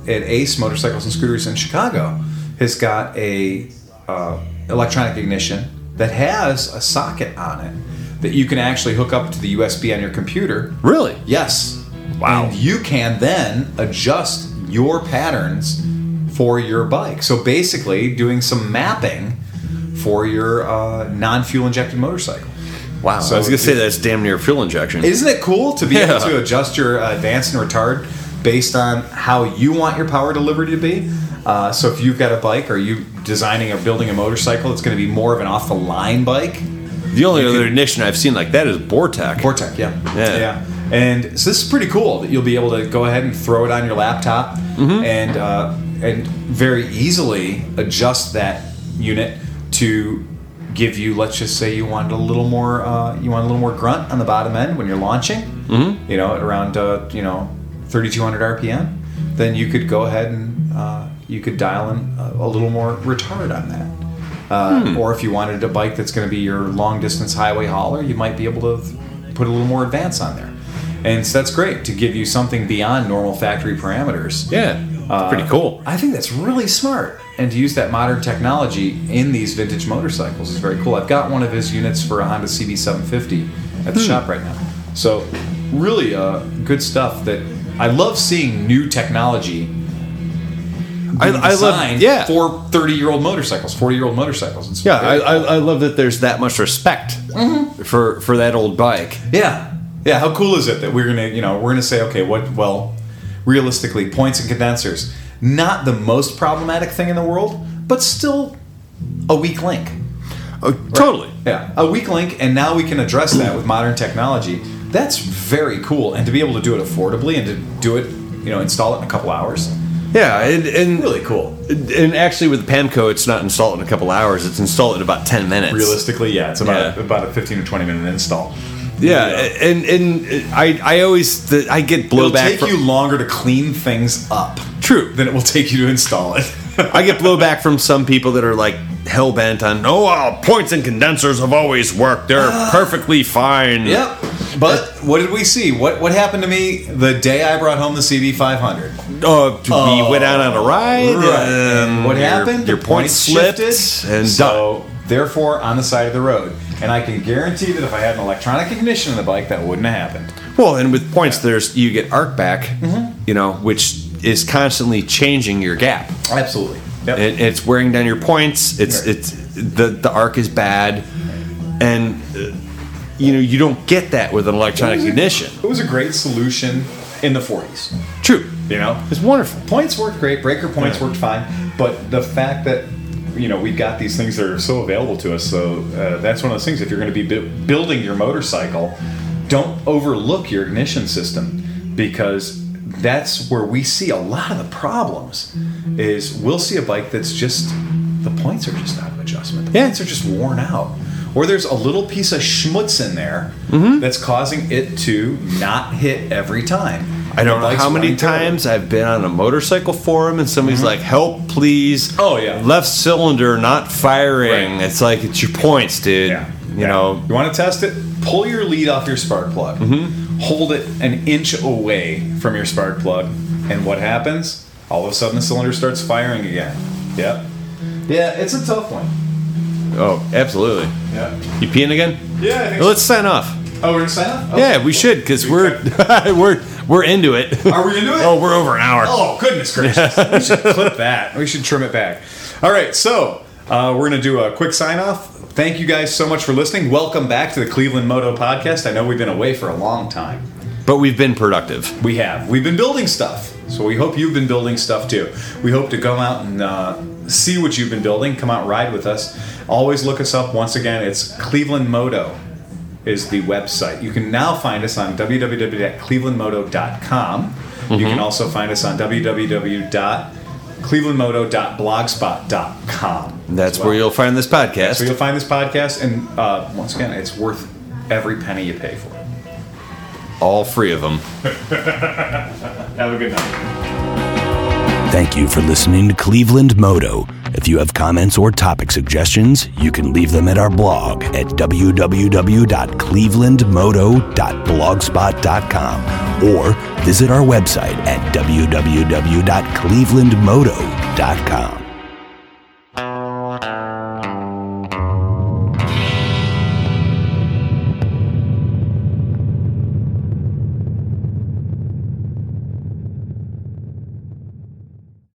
C: at Ace Motorcycles and Scooters in Chicago has got a uh, electronic ignition that has a socket on it that you can actually hook up to the USB on your computer.
B: Really?
C: Yes.
B: Wow.
C: And you can then adjust your patterns for your bike. So basically, doing some mapping for your uh, non-fuel injected motorcycle.
B: Wow.
C: So
B: I was gonna
C: it-
B: say that's damn near fuel injection.
C: Isn't it cool to be able
B: Yeah.
C: to adjust your uh, advance and retard based on how you want your power delivery to be? Uh, so if you've got a bike, or you designing or building a motorcycle that's going to be more of an off the line bike?
B: the only
C: you
B: other
C: could-
B: ignition I've seen like that is Bortec.
C: Vortec, yeah.
B: Yeah.
C: And so this is pretty cool that you'll be able to go ahead and throw it on your laptop and uh, and very easily adjust that unit to give you, let's just say, you want a little more, uh, you want a little more grunt on the bottom end when you're launching. You know, at around uh, you know 3,200 RPM, then you could go ahead and uh, you could dial in a, a little more retard on that. Uh,
B: Hmm.
C: Or if you wanted a bike that's going to be your long distance highway hauler, you might be able to put a little more advance on there. And so that's great to give you something beyond normal factory parameters.
B: Yeah, it's pretty cool.
C: I think that's really smart. And to use that modern technology in these vintage motorcycles is very cool. I've got one of his units for a Honda CB750 at the
B: Hmm.
C: shop right now. So, really uh, good stuff that I love seeing new technology
B: I, I love
C: designed
B: yeah.
C: for 30 year old motorcycles, 40 year old motorcycles. It's
B: Yeah, I,
C: very
B: I, I love that there's that much respect for for that old bike.
C: Yeah, yeah. How cool is it that we're gonna, you know, we're gonna say, okay, what? Well, realistically, points and condensers, not the most problematic thing in the world, but still a weak link.
B: Oh, Totally.
C: Yeah, a weak link, and now we can address that with modern technology. That's very cool, and to be able to do it affordably and to do it, you know, install it in a couple hours,
B: Yeah, and, and
C: really cool.
B: and actually with Pamco, it's not installed in a couple hours. It's installed in about ten minutes.
C: Realistically, yeah, it's about
B: Yeah.
C: about a fifteen or twenty minute install.
B: Yeah,
C: Yeah.
B: and and I I always the, I get
C: It'll
B: blowback.
C: take
B: from,
C: you longer to clean things up
B: True.
C: than it will take you to install it.
B: I get blowback from some people that are like hell bent on oh well, points and condensers have always worked. They're
C: Ah.
B: perfectly fine.
C: Yep. But what did we see? What what happened to me the day I brought home the CB500?
B: Uh, to we went out on a ride.
C: Oh. And
B: and
C: what
B: your-
C: happened?
B: Your,
C: The
B: points slipped
C: shifted,
B: and
C: so therefore on the side of the road. And I can guarantee that if I had an electronic ignition in the bike, that wouldn't have happened.
B: Well, and with points, there's you get arc back,
C: Mm-hmm.
B: you know, which is constantly changing your gap.
C: Absolutely. Yep.
B: It, it's wearing down your points. It's
C: Right.
B: it's the the arc is bad, and uh, you know you don't get that with an electronic
C: Mm-hmm.
B: ignition.
C: it was a great solution in the 40s.
B: True,
C: You know,
B: it's wonderful.
C: points worked great. Breaker points
B: Yeah.
C: worked fine, but the fact that you know, we've got these things that are so available to us. So uh, that's one of those things. If you're going to be bu- building your motorcycle, don't overlook your ignition system because that's where we see a lot of the problems. Is we'll see a bike that's just the points are just out of adjustment. The
B: Yeah.
C: points are just worn out. Or there's a little piece of schmutz in there that's causing it to not hit every time.
B: I don't
C: The
B: know
C: bike's
B: how many
C: running terrible.
B: times I've been on a motorcycle forum and somebody's like, "Help, please!"
C: Mm-hmm. Oh, yeah.
B: left cylinder not firing.
C: Right.
B: It's like it's your points, dude.
C: Yeah.
B: You
C: Yeah.
B: know,
C: you want to test it? Pull your lead off your spark plug.
B: Mm-hmm.
C: Hold it an inch away from your spark plug, and what happens? All of a sudden, the cylinder starts firing again. Yep. Yeah, it's a tough one.
B: oh, absolutely.
C: Yeah.
B: You peeing again?
C: Yeah. I think
B: Well, let's sign off.
C: so. Oh, we're gonna sign up.
B: Yeah, we should because we're we're we're into it.
C: Are we into it?
B: oh, we're over an hour.
C: Oh, goodness gracious. we should clip that. We should trim it back. All right, so uh, we're going to do a quick sign off. Thank you guys so much for listening. Welcome back to the Cleveland Moto Podcast. I know we've been away for a long time.
B: But we've been productive.
C: We have. We've been building stuff. So we hope you've been building stuff too. We hope to come out and uh, see what you've been building. Come out, ride with us. Always look us up. Once again, it's Cleveland Moto is the website. You can now find us on www.clevelandmoto.com. You can also find us on www.clevelandmoto.blogspot.com.
B: That's
C: as well.
B: where you'll find this
C: So
B: podcast.
C: you'll find this podcast, and uh, once again, it's worth every penny you pay for it.
B: All three of them.
C: Have a good night.
A: Thank you for listening to Cleveland Moto. If you have comments or topic suggestions, you can leave them at our blog at www.clevelandmoto.blogspot.com or visit our website at www.clevelandmoto.com.